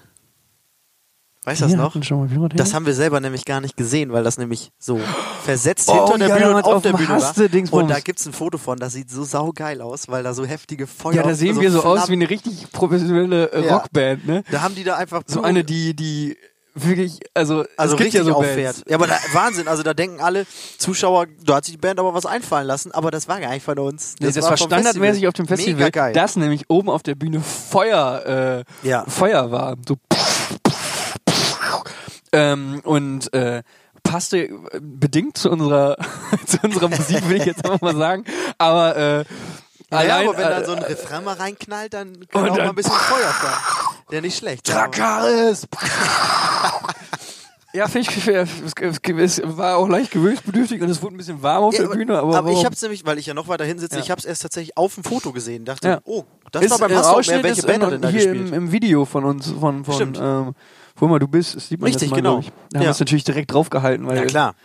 Speaker 2: Weißt du das
Speaker 3: Wir
Speaker 2: noch?
Speaker 3: hatten Schon mal Pyrotechnik?
Speaker 2: Das haben wir selber nämlich gar nicht gesehen, weil das nämlich so versetzt
Speaker 3: Oh,
Speaker 2: hinter der
Speaker 3: ja,
Speaker 2: Bühne und
Speaker 3: damals
Speaker 2: auf,
Speaker 3: auf
Speaker 2: der
Speaker 3: dem
Speaker 2: Bühne war.
Speaker 3: Haste-Dingsbums.
Speaker 2: Und da gibt's ein Foto von, das sieht so saugeil aus, weil da so heftige Feuer... also
Speaker 3: ja, da sehen wir so aus wie
Speaker 2: Flammen-
Speaker 3: eine richtig professionelle äh,
Speaker 2: Ja.
Speaker 3: Rockband, ne?
Speaker 2: Da haben die da einfach...
Speaker 3: So
Speaker 2: Pyro-
Speaker 3: eine, die, die wirklich, also,
Speaker 2: Oh. also
Speaker 3: es gibt
Speaker 2: richtig
Speaker 3: ja so
Speaker 2: auffährt.
Speaker 3: Bands.
Speaker 2: Ja, aber da, Wahnsinn, also da denken alle Zuschauer, da hat sich die Band aber was einfallen lassen, aber das war gar nicht von uns.
Speaker 3: Nee, Das, war
Speaker 2: vom
Speaker 3: standardmäßig auf dem Festival,
Speaker 2: Mega geil.
Speaker 3: dass nämlich oben auf der Bühne Feuer, äh,
Speaker 2: Ja.
Speaker 3: Feuer war. So ähm, und äh, passte äh, bedingt zu unserer, zu unserer Musik, will ich jetzt einfach mal sagen. Aber äh,
Speaker 2: ja,
Speaker 3: allein
Speaker 2: aber wenn
Speaker 3: äh,
Speaker 2: dann so ein Refrain mal reinknallt, dann kann
Speaker 3: Und
Speaker 2: auch mal
Speaker 3: dann-
Speaker 2: ein bisschen Feuer fahren. Der nicht schlecht. aber-
Speaker 3: Dracarys! ja, finde ich, es, es war auch leicht gewöhnungsbedürftig und es wurde ein bisschen warm auf
Speaker 2: Ja,
Speaker 3: der Bühne, aber,
Speaker 2: aber ich
Speaker 3: warum?
Speaker 2: hab's nämlich, weil ich ja noch weiter hinsitze, ich hab's erst tatsächlich auf dem Foto gesehen. Dachte,
Speaker 3: Ja.
Speaker 2: oh, das war beim
Speaker 3: äh,
Speaker 2: Hassau
Speaker 3: Ausschnitt
Speaker 2: mehr, welche
Speaker 3: ist
Speaker 2: Band hat denn
Speaker 3: in-
Speaker 2: da
Speaker 3: hier
Speaker 2: gespielt?
Speaker 3: Im, im Video von uns, von, von
Speaker 2: Stimmt.
Speaker 3: ähm, wo immer du bist, das sieht man
Speaker 2: Richtig,
Speaker 3: das mal,
Speaker 2: genau.
Speaker 3: glaub ich. Da haben
Speaker 2: Ja.
Speaker 3: wir es natürlich direkt draufgehalten, weil
Speaker 2: ja klar,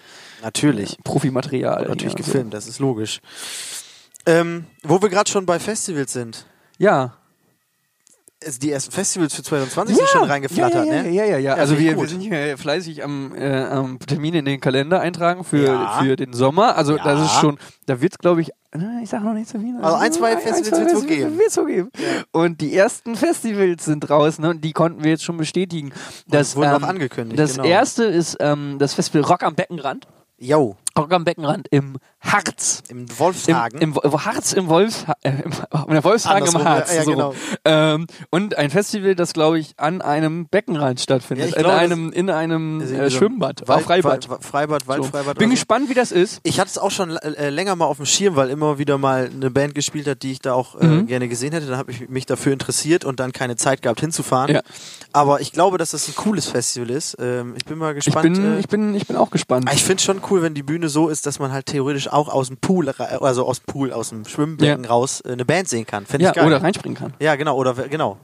Speaker 2: natürlich.
Speaker 3: Profimaterial.
Speaker 2: Wurde natürlich
Speaker 3: ja, also so.
Speaker 2: gefilmt, das ist logisch. Ähm, wo wir gerade schon bei Festivals sind.
Speaker 3: Ja.
Speaker 2: Also Die ersten Festivals für 2020 sind schon reingeflattert,
Speaker 3: ja, ja,
Speaker 2: ne?
Speaker 3: Ja, ja, ja. ja. also
Speaker 2: finde ich
Speaker 3: wir, wir
Speaker 2: gut.
Speaker 3: sind hier fleißig am, äh, am Termin in den Kalender eintragen für,
Speaker 2: Ja.
Speaker 3: für den Sommer. Also das
Speaker 2: Ja.
Speaker 3: ist schon, da wird es glaube ich, na, ich sage noch nicht so viel. ne?
Speaker 2: Also ein, zwei
Speaker 3: Ein,
Speaker 2: Festivals
Speaker 3: zwei
Speaker 2: wird's wohl
Speaker 3: Festivals
Speaker 2: geben.
Speaker 3: wird's wohl geben. Und die ersten Festivals sind draußen ne, und die konnten wir jetzt schon bestätigen. Das
Speaker 2: wurden auch angekündigt,
Speaker 3: Das
Speaker 2: genau.
Speaker 3: erste ist ähm, das Festival Rock am Beckenrand.
Speaker 2: Yo,
Speaker 3: Rock am Beckenrand im Harz.
Speaker 2: im
Speaker 3: Im,
Speaker 2: Wolfshagen.
Speaker 3: im, Wo- Harz im Wolfs, äh, im, in der Wolfshagen im
Speaker 2: Andersrum,
Speaker 3: Harz.
Speaker 2: ja, ja,
Speaker 3: so.
Speaker 2: genau.
Speaker 3: ähm, und ein Festival, das glaube ich an einem Beckenrand stattfindet.
Speaker 2: Ja, ich
Speaker 3: in
Speaker 2: glaube,
Speaker 3: einem, in einem
Speaker 2: Also irgendwie
Speaker 3: äh,
Speaker 2: so ein
Speaker 3: Schwimmbad,
Speaker 2: Wald-
Speaker 3: auch Freibad.
Speaker 2: Wald- Freibad,
Speaker 3: So.
Speaker 2: Waldfreibad.
Speaker 3: Bin
Speaker 2: oder so.
Speaker 3: gespannt, wie das ist.
Speaker 2: Ich hatte es auch schon äh, länger mal auf dem Schirm, weil immer wieder mal eine Band gespielt hat, die ich da auch äh,
Speaker 3: Mhm.
Speaker 2: gerne gesehen hätte. Dann habe ich mich dafür interessiert und dann keine Zeit gehabt hinzufahren.
Speaker 3: Ja.
Speaker 2: Aber ich glaube, dass das ein cooles Festival ist. Ähm, ich bin mal
Speaker 3: Ich
Speaker 2: gespannt.
Speaker 3: bin,
Speaker 2: äh, Ah,
Speaker 3: ich, bin, ich bin auch gespannt.
Speaker 2: ich finde es schon cool, wenn die Bühne so ist, dass man halt theoretisch auch aus dem Pool, ra- also aus dem Pool, aus dem Schwimmbecken
Speaker 3: Ja.
Speaker 2: raus äh, eine Band sehen kann. Finde
Speaker 3: ja,
Speaker 2: ich geil.
Speaker 3: oder reinspringen kann.
Speaker 2: ja, genau, oder w- genau.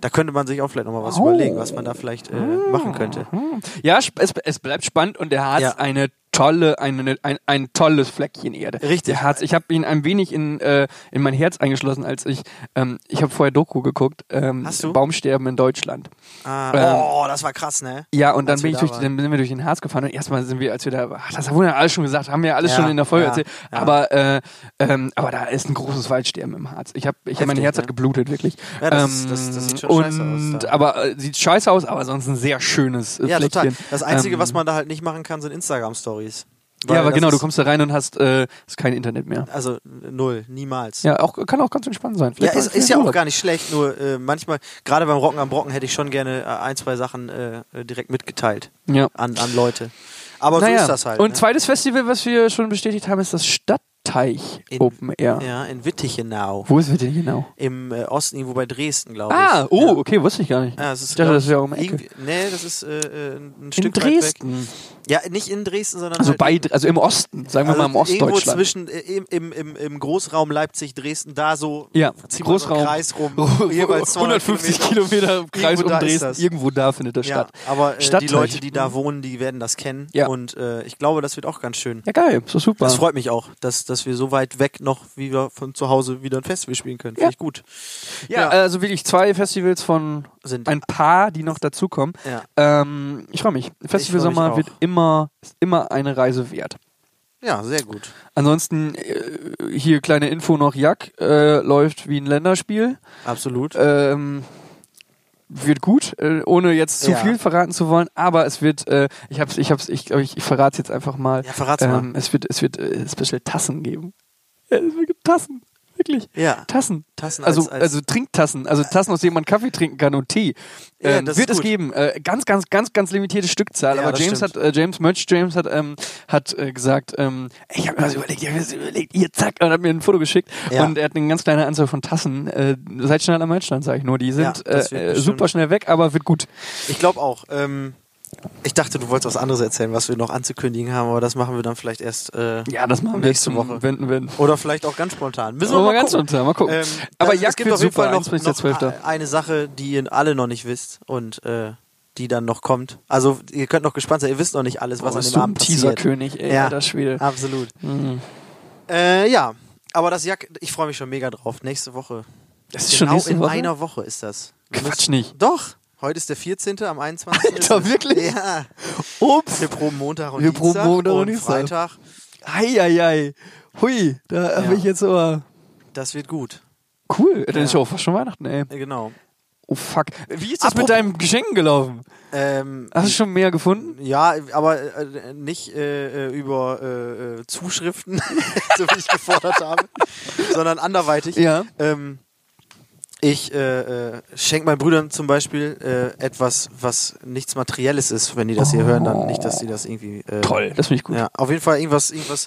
Speaker 2: Da könnte man sich auch vielleicht nochmal was
Speaker 3: Oh.
Speaker 2: überlegen, was man da vielleicht äh, machen könnte.
Speaker 3: Hm. Ja, sp- es, es bleibt spannend und der Harz
Speaker 2: Ja.
Speaker 3: eine tolle, eine, ein, ein tolles Fleckchen Erde.
Speaker 2: Richtig.
Speaker 3: Der Harz, ich habe ihn ein wenig in, äh, in mein Herz eingeschlossen, als ich, ähm, ich habe vorher Doku geguckt, ähm,
Speaker 2: Hast du?
Speaker 3: Baumsterben in Deutschland.
Speaker 2: Ah,
Speaker 3: Ähm,
Speaker 2: oh, das war krass, ne?
Speaker 3: Ja, und dann,
Speaker 2: Als wir
Speaker 3: bin ich
Speaker 2: da
Speaker 3: durch,
Speaker 2: waren.
Speaker 3: dann sind wir durch den Harz gefahren und erstmal sind wir, als wir da, ach, das haben wir ja alles schon gesagt, haben wir ja alles
Speaker 2: Ja,
Speaker 3: schon in der Folge
Speaker 2: ja,
Speaker 3: erzählt,
Speaker 2: ja.
Speaker 3: aber äh, ähm, aber da ist ein großes Waldsterben im Harz. Ich habe, ich hab, mein
Speaker 2: Heftig,
Speaker 3: Herz
Speaker 2: ne?
Speaker 3: hat geblutet, wirklich. Ähm,
Speaker 2: Ja, das ist- das- das sieht schon
Speaker 3: und,
Speaker 2: scheiße aus da.
Speaker 3: Aber äh, sieht scheiße aus, aber sonst ein sehr schönes äh,
Speaker 2: Ja,
Speaker 3: Fleckchen.
Speaker 2: total. Das Einzige,
Speaker 3: Ähm,
Speaker 2: was man da halt nicht machen kann, sind Instagram-Stories.
Speaker 3: ja, aber
Speaker 2: das
Speaker 3: genau, du
Speaker 2: ist-
Speaker 3: kommst da rein und hast äh, ist kein Internet mehr.
Speaker 2: Also null, niemals.
Speaker 3: Ja, auch, kann auch ganz entspannt sein.
Speaker 2: Ja,
Speaker 3: Vielleicht
Speaker 2: ist,
Speaker 3: vielleicht
Speaker 2: ist ja auch
Speaker 3: Urlaub.
Speaker 2: gar nicht schlecht, nur äh, manchmal, gerade beim Rocken am Brocken, hätte ich schon gerne äh, ein, zwei Sachen äh, äh, direkt mitgeteilt
Speaker 3: Ja.
Speaker 2: an, an Leute. Aber so ist das halt.
Speaker 3: Und
Speaker 2: ne?
Speaker 3: zweites Festival, was wir schon bestätigt haben, ist das Stadtteich
Speaker 2: In-
Speaker 3: Open Air.
Speaker 2: Ja, in Wittichenau.
Speaker 3: Wo ist wir denn genau?
Speaker 2: Im äh, Osten, irgendwo bei Dresden, glaube ich.
Speaker 3: Ah, oh, okay, wusste ich gar nicht.
Speaker 2: Ja, es ist,
Speaker 3: ich dachte,
Speaker 2: glaub
Speaker 3: das wäre auch um die Ecke.
Speaker 2: irgendwie- Nee, das ist äh, äh, ein Stück
Speaker 3: In
Speaker 2: weit weg.
Speaker 3: Dresden.
Speaker 2: Ja, nicht in Dresden, sondern
Speaker 3: Also
Speaker 2: halt
Speaker 3: bei, also im Osten, sagen wir mal im
Speaker 2: irgendwo
Speaker 3: Ostdeutschland.
Speaker 2: zwischen äh, im, im, im, im Großraum Leipzig, Dresden, da so
Speaker 3: Ja,
Speaker 2: zieh mal so
Speaker 3: Großraum.
Speaker 2: einen Kreis rum, jeweils 200
Speaker 3: 150 Kilometer im Kreis
Speaker 2: Irgendwo
Speaker 3: um
Speaker 2: da ist
Speaker 3: Dresden.
Speaker 2: das.
Speaker 3: Irgendwo da findet das
Speaker 2: Ja,
Speaker 3: statt.
Speaker 2: aber äh, die
Speaker 3: Stadtteich.
Speaker 2: Leute, die da wohnen, die werden das kennen.
Speaker 3: halt. Ja.
Speaker 2: Und äh, ich glaube, das wird auch ganz schön.
Speaker 3: Ja, geil, so super.
Speaker 2: Das freut mich auch, dass, dass dass wir so weit weg noch, wie wir von zu Hause wieder ein Festival spielen können. Finde ich gut.
Speaker 3: Ja,
Speaker 2: Ja.
Speaker 3: also wirklich zwei Festivals von
Speaker 2: Sind-
Speaker 3: ein paar, die noch dazukommen.
Speaker 2: Ja.
Speaker 3: Ähm, ich freue mich. Festival Sommer
Speaker 2: auch.
Speaker 3: wird immer, ist immer eine Reise wert.
Speaker 2: Ja, sehr gut.
Speaker 3: Ansonsten äh, hier kleine Info noch, Jack äh, läuft wie ein Länderspiel.
Speaker 2: Absolut.
Speaker 3: Ähm, wird gut, äh, ohne jetzt zu
Speaker 2: Ja.
Speaker 3: viel verraten zu wollen, aber es wird, äh, ich hab's, ich hab's, ich glaube, ich, ich verrate jetzt einfach mal.
Speaker 2: Ja, verrat's mal.
Speaker 3: Ähm, es wird, es wird äh, Special Tassen geben. Ja, es wird Tassen, wirklich.
Speaker 2: Ja.
Speaker 3: Tassen.
Speaker 2: Tassen
Speaker 3: also,
Speaker 2: als- als-
Speaker 3: also Trinktassen, also Tassen, aus denen man Kaffee trinken kann und Tee.
Speaker 2: Ja,
Speaker 3: Ähm,
Speaker 2: das ist
Speaker 3: wird es
Speaker 2: gut.
Speaker 3: geben. Äh, ganz, ganz, ganz, ganz limitierte Stückzahl.
Speaker 2: Ja,
Speaker 3: aber
Speaker 2: das
Speaker 3: James
Speaker 2: stimmt.
Speaker 3: hat, äh, James, Merch James hat, ähm, hat äh, gesagt, ähm, ich habe mir was überlegt, ich habe mir was überlegt, ihr zack, und hat mir ein Foto geschickt.
Speaker 2: Ja.
Speaker 3: Und er hat eine ganz kleine Anzahl von Tassen. Äh, seid schnell am Merchstand, sage ich nur. Die
Speaker 2: Ja,
Speaker 3: sind
Speaker 2: das wird
Speaker 3: äh, äh,
Speaker 2: bestimmt-
Speaker 3: super schnell weg, aber wird gut.
Speaker 2: Ich glaube auch. Ähm, ich dachte, du wolltest was anderes erzählen, was wir noch anzukündigen haben, aber das machen wir dann vielleicht erst. Äh,
Speaker 3: Ja, das machen wir
Speaker 2: Nächste
Speaker 3: zum
Speaker 2: Woche.
Speaker 3: Wenn, wenn.
Speaker 2: Oder vielleicht auch ganz spontan. Müssen
Speaker 3: Aber ganz unter, mal
Speaker 2: Äh,
Speaker 3: gucken. Aber
Speaker 2: Ähm, das-
Speaker 3: Jack
Speaker 2: es gibt
Speaker 3: wird
Speaker 2: auf jeden
Speaker 3: super,
Speaker 2: Fall noch,
Speaker 3: 21.12..
Speaker 2: noch eine Sache, die ihr alle noch nicht wisst und äh, die dann noch kommt. Also ihr könnt noch gespannt sein, ihr wisst noch nicht alles, was
Speaker 3: Boah,
Speaker 2: an
Speaker 3: bist
Speaker 2: dem
Speaker 3: du
Speaker 2: Abend
Speaker 3: Oh, ein Teaserkönig, Mhm.
Speaker 2: passiert.
Speaker 3: ey, alter Schwede.
Speaker 2: Absolut. Äh, ja, aber das Jack, ich freue mich schon mega drauf. Nächste Woche.
Speaker 3: Das
Speaker 2: genau in einer Woche ist das. Wir
Speaker 3: Quatsch
Speaker 2: müssen-
Speaker 3: nicht.
Speaker 2: Doch. Heute ist der 14. am 21. ist
Speaker 3: Alter,
Speaker 2: es.
Speaker 3: wirklich?
Speaker 2: Ja.
Speaker 3: Ups.
Speaker 2: Wir proben Montag und
Speaker 3: Wir proben
Speaker 2: Dienstag
Speaker 3: Montag und
Speaker 2: und,
Speaker 3: Dienstag.
Speaker 2: Freitag.
Speaker 3: Ei, ei, ei. Hui, da habe
Speaker 2: Ja.
Speaker 3: ich jetzt aber...
Speaker 2: Das wird gut.
Speaker 3: Cool, dann ist ja auch fast schon Weihnachten, ey.
Speaker 2: Äh, Genau.
Speaker 3: Oh fuck. Wie ist das
Speaker 2: Apropos-
Speaker 3: mit deinen Geschenken gelaufen?
Speaker 2: Ähm,
Speaker 3: Hast du schon mehr gefunden?
Speaker 2: Ja, aber äh, nicht äh, äh, über äh, äh, Zuschriften, so wie ich gefordert habe, sondern anderweitig.
Speaker 3: Ja.
Speaker 2: Ähm, ich äh, äh, schenke meinen Brüdern zum Beispiel äh, etwas, was nichts Materielles ist, wenn die das hier hören, dann nicht, dass die das irgendwie. Äh,
Speaker 3: Toll, das finde ich gut.
Speaker 2: Ja, auf jeden Fall irgendwas, irgendwas,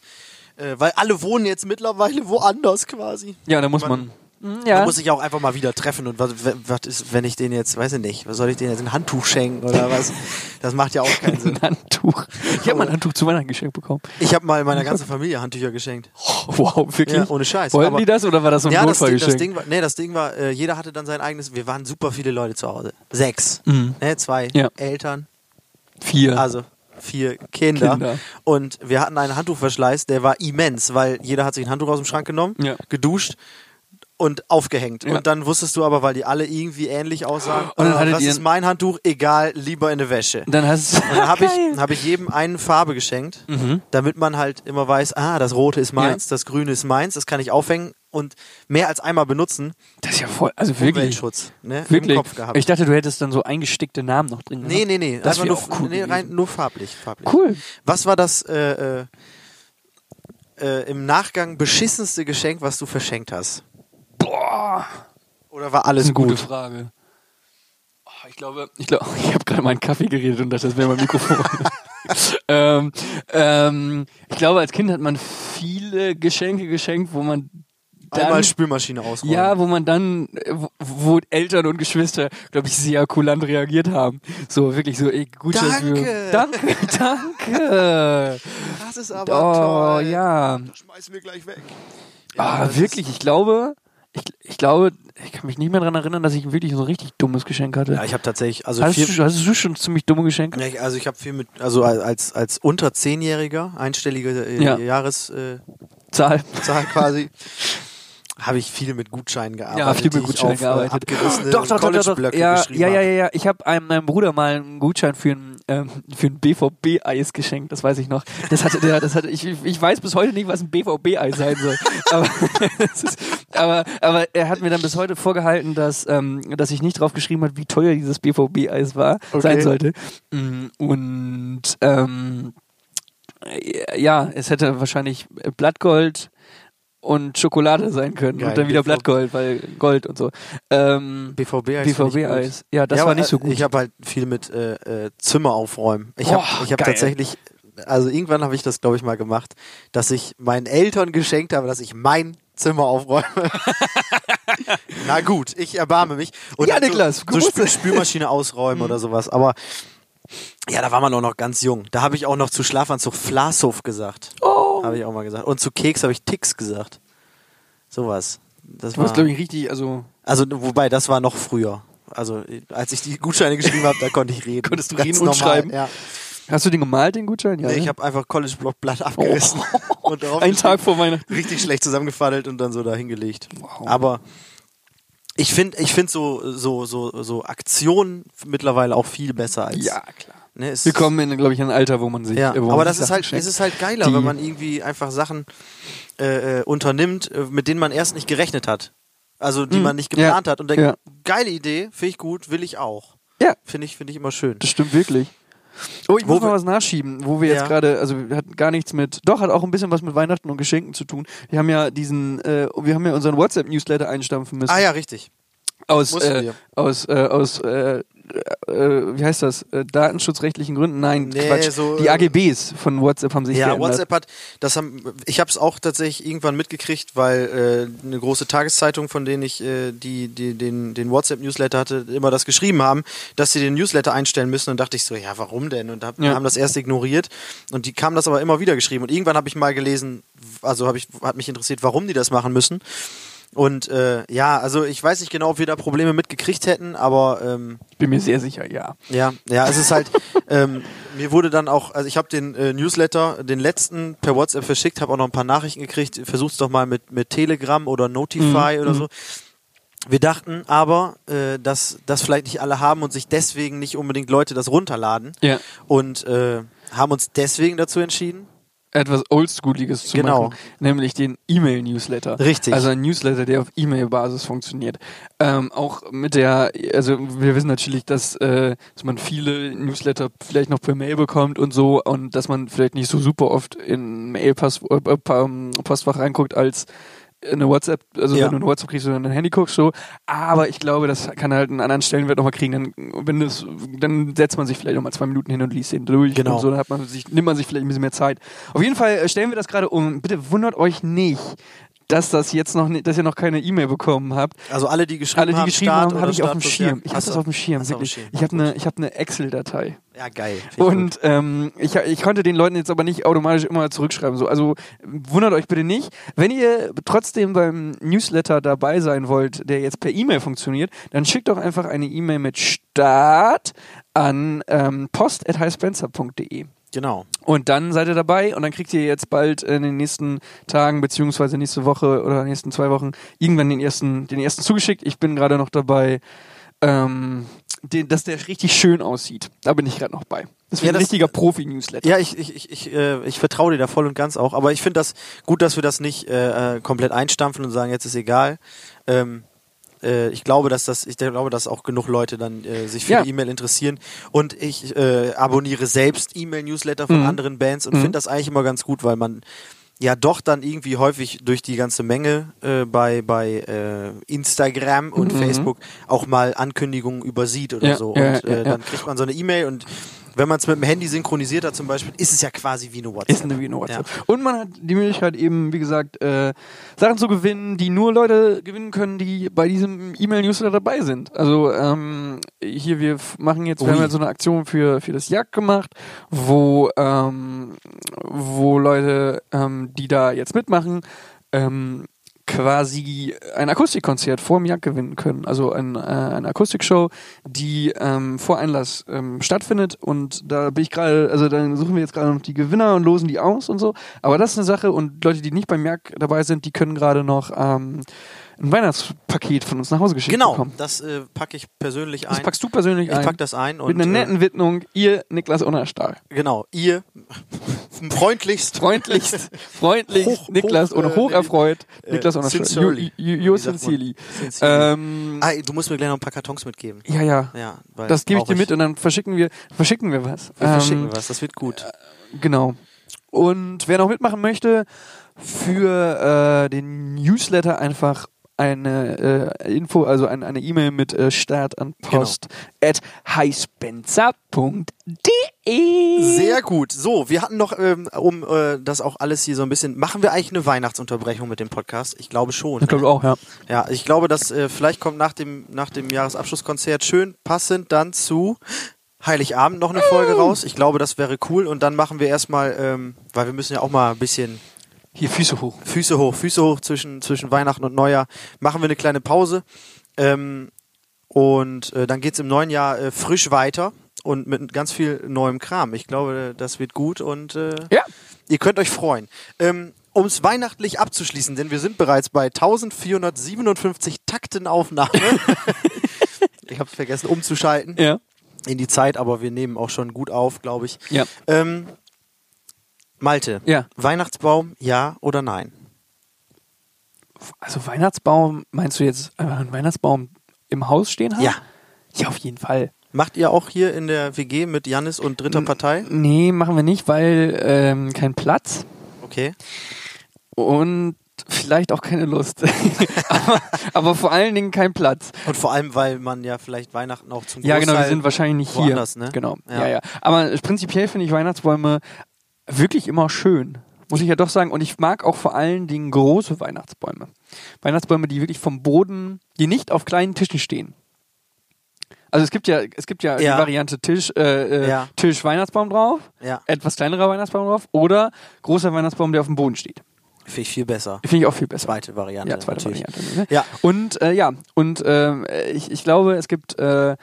Speaker 2: äh, weil alle wohnen jetzt mittlerweile woanders quasi.
Speaker 3: Ja, da muss man.
Speaker 2: Man- Hm,
Speaker 3: Mm, Ja.
Speaker 2: Man muss sich auch einfach mal wieder treffen und was, was ist, wenn ich den jetzt, weiß ich nicht, was soll ich denen jetzt ein Handtuch schenken oder was? Das macht ja auch keinen Sinn.
Speaker 3: ein Handtuch. Ich habe mal ein Handtuch zu Weihnachten geschenkt bekommen. Oh,
Speaker 2: Ich habe mal meiner ganzen Familie Handtücher geschenkt.
Speaker 3: Wow, wirklich?
Speaker 2: Ja, ohne Scheiß.
Speaker 3: Wollten
Speaker 2: Aber-
Speaker 3: die das oder war das so ein
Speaker 2: ja, das Ding, das
Speaker 3: Notfallgeschenk?
Speaker 2: Ding war, nee, das Ding war, äh, jeder hatte dann sein eigenes. Wir waren super viele Leute zu Hause. Sechs.
Speaker 3: Mhm.
Speaker 2: Ne, zwei
Speaker 3: Ja.
Speaker 2: Eltern,
Speaker 3: Vier.
Speaker 2: also vier Kinder.
Speaker 3: Kinder.
Speaker 2: Und wir hatten einen Handtuchverschleiß, der war immens, weil jeder hat sich ein Handtuch aus dem Schrank genommen,
Speaker 3: Ja.
Speaker 2: geduscht und aufgehängt.
Speaker 3: Ja.
Speaker 2: Und dann wusstest du aber, weil die alle irgendwie ähnlich aussahen,
Speaker 3: Und dann
Speaker 2: äh,
Speaker 3: hattet
Speaker 2: das
Speaker 3: ihr-
Speaker 2: ist mein Handtuch, egal, lieber in eine Wäsche.
Speaker 3: dann hast
Speaker 2: Und dann habe ich,
Speaker 3: Geil. Mhm.
Speaker 2: dann hab ich jedem eine Farbe geschenkt, damit man halt immer weiß, ah, das Rote ist meins, das Grüne ist meins, das kann ich aufhängen und mehr als einmal benutzen. um
Speaker 3: Das ist ja voll. Also wirklich.
Speaker 2: Umweltschutz ne,
Speaker 3: Wirklich.
Speaker 2: im Kopf gehabt.
Speaker 3: Ich dachte, du hättest dann so eingestickte Namen noch drin.
Speaker 2: nee,
Speaker 3: gehabt.
Speaker 2: nee, nee.
Speaker 3: Das
Speaker 2: einfach
Speaker 3: wäre
Speaker 2: nur,
Speaker 3: auch cool.
Speaker 2: nee rein, nur farblich, farblich.
Speaker 3: Cool.
Speaker 2: Was war das äh, äh, äh, im Nachgang beschissenste Geschenk, was du verschenkt hast?
Speaker 3: Boah.
Speaker 2: Oder war alles
Speaker 3: Das ist eine
Speaker 2: gut?
Speaker 3: gute Frage. Oh, Ich glaube, ich, glaub, ich habe gerade meinen Kaffee geredet und dachte, das wäre mein Mikrofon. ähm, ähm, ich glaube, als Kind hat man viele Geschenke geschenkt, wo man dann,
Speaker 2: Einmal Spülmaschine ausräumen.
Speaker 3: ja, wo man dann, äh, wo, wo Eltern und Geschwister, glaube ich, sehr kulant reagiert haben. So wirklich so, ey, gut
Speaker 2: Danke.
Speaker 3: danke, danke.
Speaker 2: das ist aber
Speaker 3: oh
Speaker 2: toll.
Speaker 3: ja.
Speaker 2: Das schmeißen wir gleich weg.
Speaker 3: Ah,
Speaker 2: das
Speaker 3: wirklich, ich glaube, ich, ich glaube, ich kann mich nicht mehr daran erinnern, dass ich wirklich so ein richtig dummes Geschenk hatte.
Speaker 2: Ja, ich habe tatsächlich, also
Speaker 3: Hast
Speaker 2: viel,
Speaker 3: du, hast du schon ziemlich dumme Geschenke?
Speaker 2: Ja, ich- also ich habe viel mit, also als, als unter Zehnjähriger, einstellige äh,
Speaker 3: Ja.
Speaker 2: Jahreszahl
Speaker 3: Zahl.
Speaker 2: quasi, habe ich viel mit Gutscheinen gearbeitet.
Speaker 3: Ja, viel
Speaker 2: die
Speaker 3: mit
Speaker 2: ich
Speaker 3: Gutscheinen
Speaker 2: auf, äh,
Speaker 3: gearbeitet.
Speaker 2: abgerissene
Speaker 3: Doch, doch, doch, doch, doch.
Speaker 2: College-Blöcke
Speaker 3: Ja,
Speaker 2: geschrieben
Speaker 3: ja, ja,
Speaker 2: hab.
Speaker 3: ja. Ich habe einem, meinem Bruder mal einen Gutschein für ein, ähm, für ein BVB-Eis geschenkt. Das weiß ich noch. Das hatte der, das hatte ich, ich weiß bis heute nicht, was ein BVB-Ei sein soll. aber, es ist, aber, aber er hat mir dann bis heute vorgehalten, dass, ähm, dass ich nicht drauf geschrieben habe, wie teuer dieses BVB-Eis war, sein sollte. Mm, Und, ähm, ja, es hätte wahrscheinlich Blattgold und Schokolade sein können
Speaker 2: Geil,
Speaker 3: und dann wieder
Speaker 2: BVB.
Speaker 3: Blattgold, weil Gold und so. Ähm,
Speaker 2: BVB-Eis. find ich gut.
Speaker 3: BVB-Eis. Ja, das
Speaker 2: Ja,
Speaker 3: war
Speaker 2: aber,
Speaker 3: nicht so
Speaker 2: äh,
Speaker 3: gut.
Speaker 2: Ich habe halt viel mit äh, äh, Zimmer aufräumen. Ich habe
Speaker 3: Boah,
Speaker 2: ich hab
Speaker 3: geil.
Speaker 2: tatsächlich, also irgendwann habe ich das, glaube ich, mal gemacht, dass ich meinen Eltern geschenkt habe, dass ich mein Zimmer aufräume. Na gut, ich erbarme mich. Und
Speaker 3: Ja,
Speaker 2: dann
Speaker 3: Niklas, Mhm.
Speaker 2: so, so Spül
Speaker 3: Geburtstag.
Speaker 2: Spülmaschine ausräumen oder sowas. Aber ja, da war man auch noch ganz jung. Da habe ich auch noch zu Schlafanzug Flashof gesagt.
Speaker 3: Oh.
Speaker 2: Habe ich auch mal gesagt. Und zu Keks habe ich Ticks gesagt. Sowas. Das
Speaker 3: Du
Speaker 2: war,
Speaker 3: hast, glaube ich, richtig, also
Speaker 2: also, wobei, das war noch früher. Also, als ich die Gutscheine geschrieben habe, da konnte ich reden.
Speaker 3: Konntest du
Speaker 2: Ganz
Speaker 3: reden und schreiben?
Speaker 2: Ja.
Speaker 3: Hast du den gemalt, den Gutschein? Ja, Oh.
Speaker 2: Nee,
Speaker 3: ne?
Speaker 2: ich habe einfach College Block Blatt abgerissen und drauf
Speaker 3: einen Tag vor meiner.
Speaker 2: richtig schlecht zusammengefadelt und dann so da hingelegt. Aber ich finde ich find so, so, so, so Aktionen mittlerweile auch viel besser als.
Speaker 3: Ja, klar.
Speaker 2: Ne, es-
Speaker 3: Wir kommen in, glaube ich, in ein Alter, wo man sich.
Speaker 2: Ja,
Speaker 3: äh, wo man
Speaker 2: aber
Speaker 3: sich
Speaker 2: das ist
Speaker 3: Sachen
Speaker 2: halt,
Speaker 3: schenkt.
Speaker 2: es ist halt geiler,
Speaker 3: Die-
Speaker 2: wenn man irgendwie einfach Sachen äh, äh, unternimmt, äh, mit denen man erst nicht gerechnet hat. Also die man nicht
Speaker 3: Hm, ja,
Speaker 2: geplant hat und denkt,
Speaker 3: ja.
Speaker 2: geile Idee, finde ich gut, will ich auch.
Speaker 3: Ja.
Speaker 2: Finde ich, finde ich immer schön.
Speaker 3: Das stimmt wirklich. Oh, ich
Speaker 2: Wo
Speaker 3: muss mal
Speaker 2: wir-
Speaker 3: was nachschieben, wo wir jetzt
Speaker 2: Ja.
Speaker 3: gerade, also hat gar nichts mit, doch, hat auch ein bisschen was mit Weihnachten und Geschenken zu tun. Wir haben ja diesen, äh, wir haben ja unseren WhatsApp-Newsletter einstampfen müssen.
Speaker 2: Ah ja, richtig.
Speaker 3: aus,
Speaker 2: mussten
Speaker 3: äh,
Speaker 2: wir.
Speaker 3: aus, äh, aus, äh, äh, wie heißt das, äh, datenschutzrechtlichen Gründen? Nein,
Speaker 2: Nee,
Speaker 3: Quatsch.
Speaker 2: so,
Speaker 3: Die
Speaker 2: äh,
Speaker 3: AGBs von WhatsApp haben sich
Speaker 2: Ja,
Speaker 3: geändert.
Speaker 2: WhatsApp hat, das haben, ich habe es auch tatsächlich irgendwann mitgekriegt, weil äh, eine große Tageszeitung, von denen ich äh, die, die, den, den WhatsApp-Newsletter hatte, immer das geschrieben haben, dass sie den Newsletter einstellen müssen. Und dachte ich so, ja, warum denn? Und hab,
Speaker 3: Ja.
Speaker 2: haben das erst ignoriert. Und die haben das aber immer wieder geschrieben. Und irgendwann habe ich mal gelesen, also hab ich, hat mich interessiert, warum die das machen müssen. Und äh, ja, also ich weiß nicht genau, ob wir da Probleme mitgekriegt hätten, aber ähm,
Speaker 3: Bin mir sehr sicher, ja.
Speaker 2: ja, ja, es ist halt, ähm, mir wurde dann auch, also ich habe den äh, Newsletter, den letzten per WhatsApp verschickt, habe auch noch ein paar Nachrichten gekriegt, versuch's doch mal mit, mit Telegram oder
Speaker 3: Mhm,
Speaker 2: Notify oder so. Wir dachten aber, äh, dass das vielleicht nicht alle haben und sich deswegen nicht unbedingt Leute das runterladen
Speaker 3: Ja.
Speaker 2: und äh, haben uns deswegen dazu entschieden.
Speaker 3: Etwas Oldschooliges zu
Speaker 2: Genau.
Speaker 3: machen, nämlich den E-Mail-Newsletter.
Speaker 2: Richtig.
Speaker 3: Also ein Newsletter, der auf E-Mail-Basis funktioniert. Ähm, auch mit der, also wir wissen natürlich, dass, äh, dass man viele Newsletter vielleicht noch per Mail bekommt und so und dass man vielleicht nicht so super oft in Mail-Postfach äh, pa- ähm, Postfach reinguckt als eine WhatsApp, also
Speaker 2: Ja.
Speaker 3: wenn du eine WhatsApp kriegst oder ein Handy guckst, so. Aber ich glaube, das kann halt einen anderen Stellenwert nochmal kriegen. Dann, wenn das, dann setzt man sich vielleicht nochmal zwei Minuten hin und liest den durch.
Speaker 2: Genau.
Speaker 3: Und so, dann hat man sich, nimmt man sich vielleicht ein bisschen mehr Zeit. Auf jeden Fall äh, stellen wir das gerade um. Bitte wundert euch nicht, dass das jetzt noch, ni- dass ihr noch keine E-Mail bekommen habt.
Speaker 2: Also alle, die geschrieben
Speaker 3: Alle, die
Speaker 2: haben,
Speaker 3: geschrieben
Speaker 2: Start
Speaker 3: haben,
Speaker 2: oder
Speaker 3: habe ich auf dem
Speaker 2: Startlos,
Speaker 3: Schirm.
Speaker 2: ja.
Speaker 3: Ich habe
Speaker 2: Hast
Speaker 3: das
Speaker 2: du-
Speaker 3: auf dem Schirm,
Speaker 2: hast du auf dem
Speaker 3: wirklich.
Speaker 2: Schirm.
Speaker 3: Ich habe eine, ich hab eine Excel-Datei.
Speaker 2: Ja, geil. Find ich gut.
Speaker 3: Und ähm, ich, ich konnte den Leuten jetzt aber nicht automatisch immer zurückschreiben. So. Also wundert euch bitte nicht. Wenn ihr trotzdem beim Newsletter dabei sein wollt, der jetzt per E-Mail funktioniert, dann schickt doch einfach eine E-Mail mit Start an ähm, post.highspencer.de.
Speaker 2: Genau.
Speaker 3: Und dann seid ihr dabei und dann kriegt ihr jetzt bald in den nächsten Tagen beziehungsweise nächste Woche oder nächsten zwei Wochen irgendwann den ersten, den ersten zugeschickt. Ich bin gerade noch dabei, ähm, den, dass der richtig schön aussieht. Da bin ich gerade noch bei. Das wird
Speaker 2: Ja,
Speaker 3: ein
Speaker 2: das-
Speaker 3: richtiger Profi-Newsletter.
Speaker 2: Ja, ich, ich, ich, ich, äh, ich vertraue dir da voll und ganz auch. Aber ich finde das gut, dass wir das nicht äh, äh, komplett einstampfen und sagen, jetzt ist egal. Ähm, äh, ich glaube, dass das, ich glaube, dass auch genug Leute dann äh, sich für
Speaker 3: Ja.
Speaker 2: die E-Mail interessieren. Und ich äh, abonniere selbst E-Mail-Newsletter
Speaker 3: Mhm.
Speaker 2: von anderen Bands und finde das eigentlich immer ganz gut, weil man ja doch dann irgendwie häufig durch die ganze Menge äh, bei, bei äh, Instagram und Facebook auch mal Ankündigungen übersieht oder
Speaker 3: Mhm. Ja,
Speaker 2: so. Und
Speaker 3: ja, ja,
Speaker 2: äh,
Speaker 3: ja.
Speaker 2: dann kriegt man so eine E-Mail und wenn man es mit dem Handy synchronisiert hat zum Beispiel, ist es ja quasi wie eine WhatsApp.
Speaker 3: Ist eine wie eine WhatsApp. Und man hat die Möglichkeit eben, wie gesagt, äh, Sachen zu gewinnen, die nur Leute gewinnen können, die bei diesem E-Mail-Newsletter dabei sind. Also ähm, hier, wir f- machen jetzt, wir
Speaker 2: Ui.
Speaker 3: haben jetzt so eine Aktion für, für das Jagd gemacht, wo, ähm, wo Leute, ähm, die da jetzt mitmachen, ähm, quasi ein Akustikkonzert vor dem Jagd gewinnen können. Also ein, äh, eine Akustikshow, die ähm, vor Einlass ähm, stattfindet. Und da bin ich gerade, also dann suchen wir jetzt gerade noch die Gewinner und losen die aus und so. Aber das ist eine Sache und Leute, die nicht beim Jagd dabei sind, die können gerade noch ähm, ein Weihnachtspaket von uns nach Hause geschickt
Speaker 2: Genau,
Speaker 3: bekommen.
Speaker 2: das äh, packe ich persönlich ein.
Speaker 3: Das packst du persönlich
Speaker 2: ich
Speaker 3: ein.
Speaker 2: pack das ein und
Speaker 3: mit einer netten Widmung, ihr Niklas Unnerstahl.
Speaker 2: äh, genau, ihr freundlichst
Speaker 3: Freundlichst, freundlich,
Speaker 2: Hoch-
Speaker 3: Niklas
Speaker 2: hoch,
Speaker 3: und
Speaker 2: äh,
Speaker 3: hocherfreut,
Speaker 2: äh,
Speaker 3: Niklas Unnerstahl. You,
Speaker 2: sincerely.
Speaker 3: you, you
Speaker 2: Wie sagt man?
Speaker 3: sincerely.
Speaker 2: Sincerely.
Speaker 3: Ähm,
Speaker 2: Ah, äh, du musst mir gleich noch ein paar Kartons mitgeben.
Speaker 3: ja, ja.
Speaker 2: Ja, weil
Speaker 3: Das gebe ich
Speaker 2: brauch
Speaker 3: dir mit und dann verschicken wir, verschicken wir was.
Speaker 2: Wir
Speaker 3: Ähm,
Speaker 2: verschicken was, das wird gut.
Speaker 3: Genau. Und wer noch mitmachen möchte, für äh, den Newsletter einfach eine äh, Info, also ein, eine E-Mail mit äh, Start an
Speaker 2: Genau.
Speaker 3: Post at highspencer.de.
Speaker 2: Sehr gut. So, wir hatten noch, ähm, um äh, das auch alles hier so ein bisschen, machen wir eigentlich eine Weihnachtsunterbrechung mit dem Podcast? Ich glaube schon. ne?
Speaker 3: Ich glaube auch, ja.
Speaker 2: Ja, ich glaube, dass äh, vielleicht kommt nach dem, nach dem Jahresabschlusskonzert schön passend dann zu Heiligabend noch eine Folge raus. Ich glaube, das wäre cool. Und dann machen wir erstmal, ähm, weil wir müssen ja auch mal ein bisschen
Speaker 3: Hier Füße hoch.
Speaker 2: Füße hoch, Füße hoch zwischen, zwischen Weihnachten und Neujahr, machen wir eine kleine Pause. Ähm, und äh, dann geht's im neuen Jahr äh, frisch weiter. und mit ganz viel neuem Kram. Ich glaube, das wird gut und äh,
Speaker 3: Ja.
Speaker 2: ihr könnt euch freuen. Ähm, um es weihnachtlich abzuschließen, denn wir sind bereits bei 1457 Takten Aufnahme. ich habe vergessen umzuschalten
Speaker 3: Ja.
Speaker 2: in die Zeit, aber wir nehmen auch schon gut auf, glaube ich.
Speaker 3: Ja.
Speaker 2: Ähm, Malte,
Speaker 3: Ja.
Speaker 2: Weihnachtsbaum, ja oder nein?
Speaker 3: Also Weihnachtsbaum, meinst du jetzt einfach einen Weihnachtsbaum im Haus stehen haben?
Speaker 2: Ja.
Speaker 3: Ja, auf jeden Fall.
Speaker 2: Macht ihr auch hier in der WG mit Jannis und dritter Partei?
Speaker 3: Nee, machen wir nicht, weil ähm, kein Platz
Speaker 2: Okay.
Speaker 3: und vielleicht auch keine Lust. aber, aber vor allen Dingen kein Platz.
Speaker 2: Und vor allem, weil man ja vielleicht Weihnachten auch zum
Speaker 3: Ja, genau, wir
Speaker 2: Großteil-
Speaker 3: sind wahrscheinlich nicht hier.
Speaker 2: woanders, ne?
Speaker 3: Genau.
Speaker 2: Ja.
Speaker 3: Ja. ja, Aber prinzipiell finde ich Weihnachtsbäume wirklich immer schön. Muss ich ja doch sagen. Und ich mag auch vor allen Dingen große Weihnachtsbäume. Weihnachtsbäume, die wirklich vom Boden, die nicht auf kleinen Tischen stehen. Also es gibt ja, es gibt ja,
Speaker 2: Ja.
Speaker 3: die Variante Tisch, äh, äh,
Speaker 2: Ja.
Speaker 3: Tisch Weihnachtsbaum drauf,
Speaker 2: Ja.
Speaker 3: etwas kleinerer Weihnachtsbaum drauf oder großer Weihnachtsbaum, der auf dem Boden steht.
Speaker 2: Finde ich viel besser.
Speaker 3: Finde ich auch viel besser.
Speaker 2: Zweite Variante.
Speaker 3: Ja, zweite
Speaker 2: natürlich.
Speaker 3: Variante. Ne?
Speaker 2: Ja.
Speaker 3: Und äh, ja, und ähm, ich, ich glaube, es gibt äh,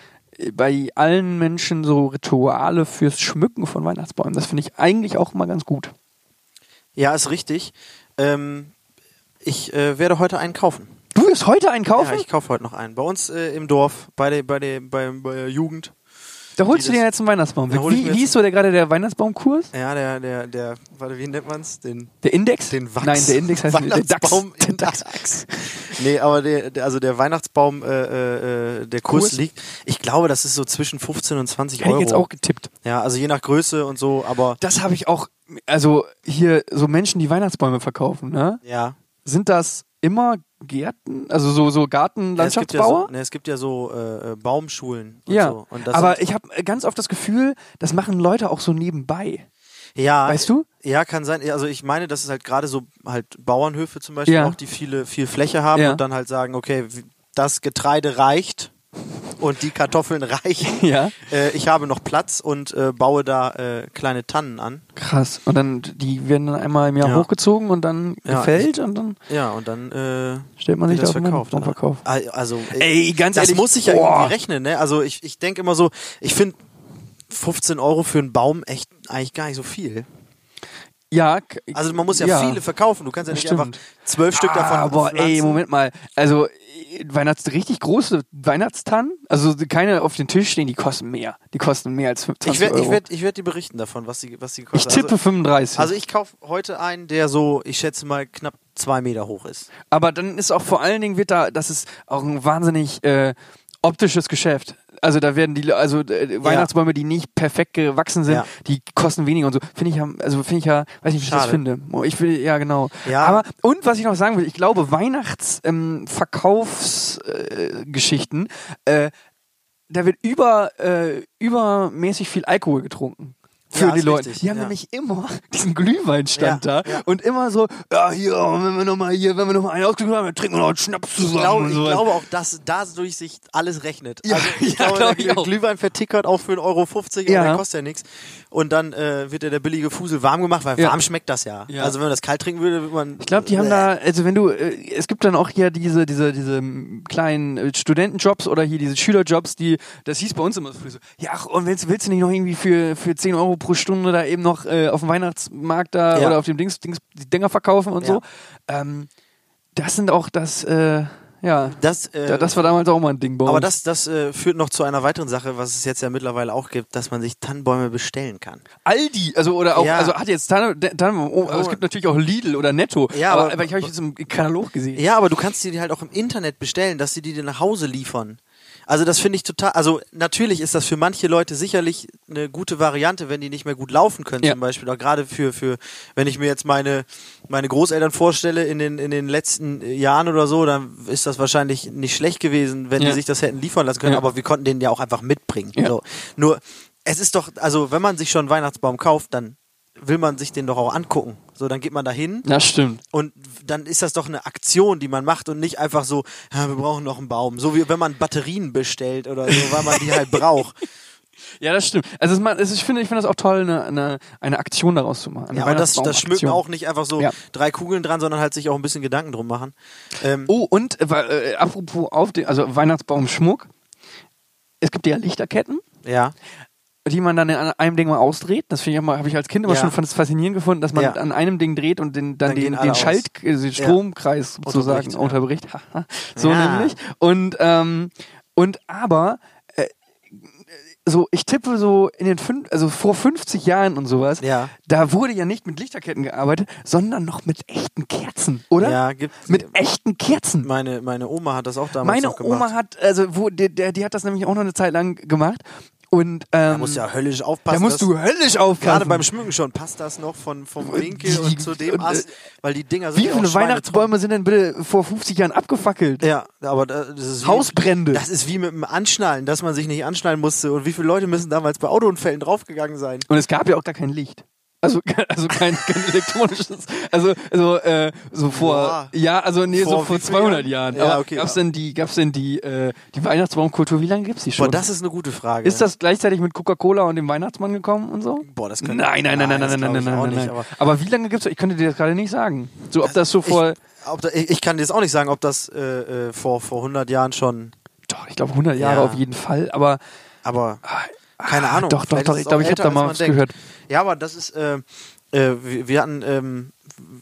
Speaker 3: bei allen Menschen so Rituale fürs Schmücken von Weihnachtsbäumen. Das finde ich eigentlich auch immer ganz gut.
Speaker 2: Ja, ist richtig. Ähm, ich äh, werde heute einen kaufen.
Speaker 3: Du wirst heute einen kaufen?
Speaker 2: Ja, ich kaufe heute noch einen. Bei uns äh, im Dorf, bei der, bei der, bei, bei der Jugend.
Speaker 3: da holst
Speaker 2: die
Speaker 3: du dir
Speaker 2: das-
Speaker 3: jetzt einen Weihnachtsbaum.
Speaker 2: Da hol ich mir
Speaker 3: Wie, wie
Speaker 2: jetzt-
Speaker 3: ist so der gerade der Weihnachtsbaumkurs?
Speaker 2: Ja, der, der, der, warte, wie nennt man's? Den,
Speaker 3: Der Index?
Speaker 2: den Wachs.
Speaker 3: Nein, der Index heißt nicht- der DAX.
Speaker 2: Weihnachtsbaum
Speaker 3: Der
Speaker 2: in
Speaker 3: DAX.
Speaker 2: Dachs. Nee, aber der, der, also der Weihnachtsbaum, äh, äh, der Kurs,
Speaker 3: Kurs?
Speaker 2: liegt, ich glaube, das ist so zwischen 15 und 20
Speaker 3: Hätte
Speaker 2: Euro.
Speaker 3: ich jetzt auch getippt.
Speaker 2: ja, also je nach Größe und so, aber
Speaker 3: Das habe ich auch, also hier so Menschen, die Weihnachtsbäume verkaufen, ne?
Speaker 2: ja.
Speaker 3: Sind das immer Gärten, also so,
Speaker 2: Ja, es
Speaker 3: so
Speaker 2: gibt ja
Speaker 3: Gartenlandschaftsbauer?
Speaker 2: so, ne, es gibt ja so äh, äh, Baumschulen und
Speaker 3: Ja,
Speaker 2: so. Und das
Speaker 3: aber
Speaker 2: sind,
Speaker 3: ich habe ganz oft das Gefühl, das machen Leute auch so nebenbei.
Speaker 2: ja,
Speaker 3: weißt du?
Speaker 2: Ja, kann sein. Also ich meine, das ist halt gerade so halt Bauernhöfe zum Beispiel
Speaker 3: Ja.
Speaker 2: auch, die viele, viel Fläche haben
Speaker 3: Ja.
Speaker 2: und dann halt sagen, okay, w- das Getreide reicht und die Kartoffeln reichen.
Speaker 3: Ja.
Speaker 2: Äh, ich habe noch Platz und äh, baue da äh, kleine Tannen an.
Speaker 3: Krass. Und dann, die werden dann einmal im Jahr
Speaker 2: Ja.
Speaker 3: hochgezogen und dann
Speaker 2: Ja,
Speaker 3: gefällt und dann.
Speaker 2: Ja, und dann äh,
Speaker 3: Stellt man
Speaker 2: wird
Speaker 3: sich
Speaker 2: das
Speaker 3: da auf den
Speaker 2: verkauft.
Speaker 3: Baumverkauf.
Speaker 2: Al- Also,
Speaker 3: Ey, ganz
Speaker 2: das
Speaker 3: ehrlich,
Speaker 2: muss ich ja
Speaker 3: boah.
Speaker 2: irgendwie rechnen, ne? Also ich, ich denke immer so, ich finde 15 Euro für einen Baum echt eigentlich gar nicht so viel.
Speaker 3: Ja. k-
Speaker 2: Also man muss ja, viele verkaufen. Du kannst ja
Speaker 3: Das
Speaker 2: nicht
Speaker 3: stimmt.
Speaker 2: einfach zwölf Stück davon
Speaker 3: Aber ey,
Speaker 2: pflanzen.
Speaker 3: Moment mal. Also, äh, Weihnachts, richtig große Weihnachtstannen, also keine auf den Tisch stehen, die kosten mehr. Die kosten mehr als 25
Speaker 2: Ich werde
Speaker 3: Euro.
Speaker 2: ich werd, ich werd dir berichten davon, was die, was die
Speaker 3: ich
Speaker 2: kostet.
Speaker 3: tippe 35.
Speaker 2: Also, also ich kaufe heute einen, der so, ich schätze mal, knapp zwei Meter hoch ist.
Speaker 3: Aber dann ist auch vor allen Dingen wird da, das ist auch ein wahnsinnig äh, optisches Geschäft. Also da werden die, also äh, Weihnachtsbäume, die nicht perfekt gewachsen sind,
Speaker 2: Ja.
Speaker 3: die kosten weniger und so. Finde ich ja, also finde ich ja, weiß nicht, wie ich das
Speaker 2: Schade.
Speaker 3: finde. Oh, Ich will, ja genau.
Speaker 2: Ja.
Speaker 3: Aber und was ich noch sagen will, ich glaube Weihnachtsverkaufsgeschichten, ähm, Verkaufs, äh, Geschichten, äh, da wird über äh, übermäßig viel Alkohol getrunken. Für
Speaker 2: Ja,
Speaker 3: die
Speaker 2: ist
Speaker 3: Leute.
Speaker 2: richtig,
Speaker 3: die haben
Speaker 2: ja.
Speaker 3: nämlich immer diesen Glühweinstand
Speaker 2: Ja,
Speaker 3: da
Speaker 2: ja.
Speaker 3: und immer so, ja, hier, wenn wir nochmal hier, wenn wir nochmal einen ausgeguckt haben, dann trinken wir noch einen Schnaps zusammen.
Speaker 2: Ich glaube,
Speaker 3: und
Speaker 2: ich
Speaker 3: sowas.
Speaker 2: glaube auch, dass dadurch sich alles rechnet.
Speaker 3: Ja,
Speaker 2: also ich
Speaker 3: ja,
Speaker 2: glaube,
Speaker 3: glaub
Speaker 2: der
Speaker 3: ich auch.
Speaker 2: Glühwein vertickert auch für 1,50 Euro und
Speaker 3: Ja.
Speaker 2: der kostet ja nichts. Und dann äh, wird ja der billige Fusel warm gemacht, weil
Speaker 3: Ja.
Speaker 2: warm schmeckt das ja.
Speaker 3: Ja.
Speaker 2: Also wenn man das kalt trinken würde, würde man.
Speaker 3: Ich glaube, die haben da, also wenn du, äh, es gibt dann auch hier diese, diese, diese mm, kleinen äh, Studentenjobs oder hier diese Schülerjobs, die, das hieß bei uns immer früher so, ja, ach, und willst, willst du nicht noch irgendwie für, für 10 Euro pro Stunde da eben noch äh, auf dem Weihnachtsmarkt da
Speaker 2: Ja.
Speaker 3: oder auf dem Dings, Dings, die Dinger verkaufen und
Speaker 2: Ja.
Speaker 3: so? Ähm, das sind auch das, äh, ja,
Speaker 2: Das, äh,
Speaker 3: da- das war damals auch mal ein Ding bei
Speaker 2: aber
Speaker 3: uns.
Speaker 2: das, das äh, führt noch zu einer weiteren Sache, was es jetzt ja mittlerweile auch gibt, dass man sich Tannenbäume bestellen kann.
Speaker 3: Aldi, also oder auch,
Speaker 2: Ja.
Speaker 3: also hat jetzt dann, dann oh, aber es
Speaker 2: Oh.
Speaker 3: gibt natürlich auch Lidl oder Netto.
Speaker 2: Ja,
Speaker 3: aber,
Speaker 2: aber-
Speaker 3: aber ich habe ich jetzt im Katalog gesehen.
Speaker 2: Ja, aber du kannst die halt auch im Internet bestellen, dass sie die dir nach Hause liefern. Also das finde ich total, also natürlich ist das für manche Leute sicherlich eine gute Variante, wenn die nicht mehr gut laufen können
Speaker 3: Ja.
Speaker 2: zum Beispiel. Auch gerade für, für, wenn ich mir jetzt meine, meine Großeltern vorstelle in den, in den letzten äh, Jahren oder so, dann ist das wahrscheinlich nicht schlecht gewesen, wenn die
Speaker 3: Ja.
Speaker 2: sich das hätten liefern lassen können,
Speaker 3: Ja.
Speaker 2: aber wir konnten den ja auch einfach mitbringen.
Speaker 3: Ja.
Speaker 2: So. Nur, es ist doch, also wenn man sich schon einen Weihnachtsbaum kauft, dann will man sich den doch auch angucken. So, dann geht man da hin.
Speaker 3: Na stimmt.
Speaker 2: Und dann ist das doch eine Aktion, die man macht und nicht einfach so, ja, wir brauchen noch einen Baum. So wie wenn man Batterien bestellt oder so, weil man die halt braucht.
Speaker 3: Ja, das stimmt. Also es, ma- es, ich finde, ich finde das auch toll, eine, eine, eine Aktion daraus zu machen. Eine
Speaker 2: Ja, und das, das
Speaker 3: Weihnachtsbaumaktion.
Speaker 2: schmücken auch nicht einfach so
Speaker 3: Ja.
Speaker 2: drei Kugeln dran, sondern halt sich auch ein bisschen Gedanken drum machen. Ähm,
Speaker 3: Oh, und äh, weil, äh, apropos auf den, also Weihnachtsbaumschmuck. Es gibt ja Lichterketten.
Speaker 2: Ja.
Speaker 3: die man dann an einem Ding mal ausdreht. Das finde ich immer, habe ich als Kind immer
Speaker 2: Ja.
Speaker 3: schon fand es faszinierend gefunden, dass man
Speaker 2: Ja.
Speaker 3: an einem Ding dreht und den, dann,
Speaker 2: Dann
Speaker 3: den,
Speaker 2: gehen alle
Speaker 3: den Schalt, also den
Speaker 2: Ja.
Speaker 3: Stromkreis sozusagen unterbricht.
Speaker 2: Unterbricht,
Speaker 3: Haha. so
Speaker 2: Ja.
Speaker 3: nämlich. Und ähm, und aber äh, so, ich tippe so in den fünf, also vor 50 Jahren und sowas,
Speaker 2: Ja.
Speaker 3: da wurde ja nicht mit Lichterketten gearbeitet, sondern noch mit echten Kerzen, oder?
Speaker 2: Ja, gibt's-
Speaker 3: Mit echten Kerzen.
Speaker 2: Meine, meine Oma hat das auch damals
Speaker 3: Meine
Speaker 2: noch gemacht.
Speaker 3: Oma hat, also wo, die, der, die hat das nämlich auch noch eine Zeit lang gemacht. Und ähm,
Speaker 2: da musst du ja höllisch
Speaker 3: da
Speaker 2: aufpassen.
Speaker 3: musst
Speaker 2: dass-
Speaker 3: du höllisch aufpassen.
Speaker 2: Gerade beim Schmücken schon passt das noch von, vom Winkel
Speaker 3: die-
Speaker 2: und zu dem
Speaker 3: und, äh,
Speaker 2: Ast, weil die Dinger sind
Speaker 3: Wie
Speaker 2: ja
Speaker 3: viele
Speaker 2: auch
Speaker 3: Weihnachtsbäume sind denn bitte vor 50 Jahren abgefackelt?
Speaker 2: Ja, aber da- das ist wie,
Speaker 3: Hausbrände.
Speaker 2: Das ist wie mit dem Anschnallen, dass man sich nicht anschnallen musste. Und wie viele Leute müssen damals bei Autounfällen draufgegangen sein?
Speaker 3: Und es gab ja auch gar kein Licht. Also, ke- also kein, kein elektronisches. Also, also äh, so vor,
Speaker 2: Boah.
Speaker 3: ja, also nee, so
Speaker 2: Vor
Speaker 3: vor
Speaker 2: wie vielen
Speaker 3: 200 Jahren.
Speaker 2: Jahren?
Speaker 3: Aber
Speaker 2: Ja, okay,
Speaker 3: gab's
Speaker 2: ja.
Speaker 3: denn die, gab's denn die, äh, die Weihnachtsbaumkultur? Wie lange gibt's die schon?
Speaker 2: Boah, das ist eine gute Frage.
Speaker 3: ist das gleichzeitig mit Coca-Cola und dem Weihnachtsmann gekommen und so?
Speaker 2: Boah, das könnte-
Speaker 3: Nein, nein, nein, nein,
Speaker 2: Nein,
Speaker 3: nein,
Speaker 2: das
Speaker 3: nein,
Speaker 2: glaub
Speaker 3: nein,
Speaker 2: ich
Speaker 3: nein,
Speaker 2: auch
Speaker 3: nein.
Speaker 2: nicht,
Speaker 3: aber,
Speaker 2: aber- Also
Speaker 3: wie lange gibt's? Ich könnte dir das gerade nicht sagen. So, ob das so vor,
Speaker 2: Ich, ob da, ich, ich kann dir das auch nicht sagen, ob das äh, äh, vor, vor 100 Jahren schon.
Speaker 3: doch, ich glaube 100 Jahre
Speaker 2: Ja.
Speaker 3: auf jeden Fall. Aber
Speaker 2: Aber
Speaker 3: ah,
Speaker 2: keine
Speaker 3: ah,
Speaker 2: Ahnung.
Speaker 3: Doch, doch,
Speaker 2: vielleicht
Speaker 3: doch.
Speaker 2: ist
Speaker 3: Ich
Speaker 2: es
Speaker 3: glaube,
Speaker 2: auch
Speaker 3: ich habe
Speaker 2: älter,
Speaker 3: da
Speaker 2: als
Speaker 3: mal
Speaker 2: man
Speaker 3: was
Speaker 2: denkt.
Speaker 3: gehört.
Speaker 2: Ja, aber das ist. Äh, äh, wir, wir hatten. Ähm,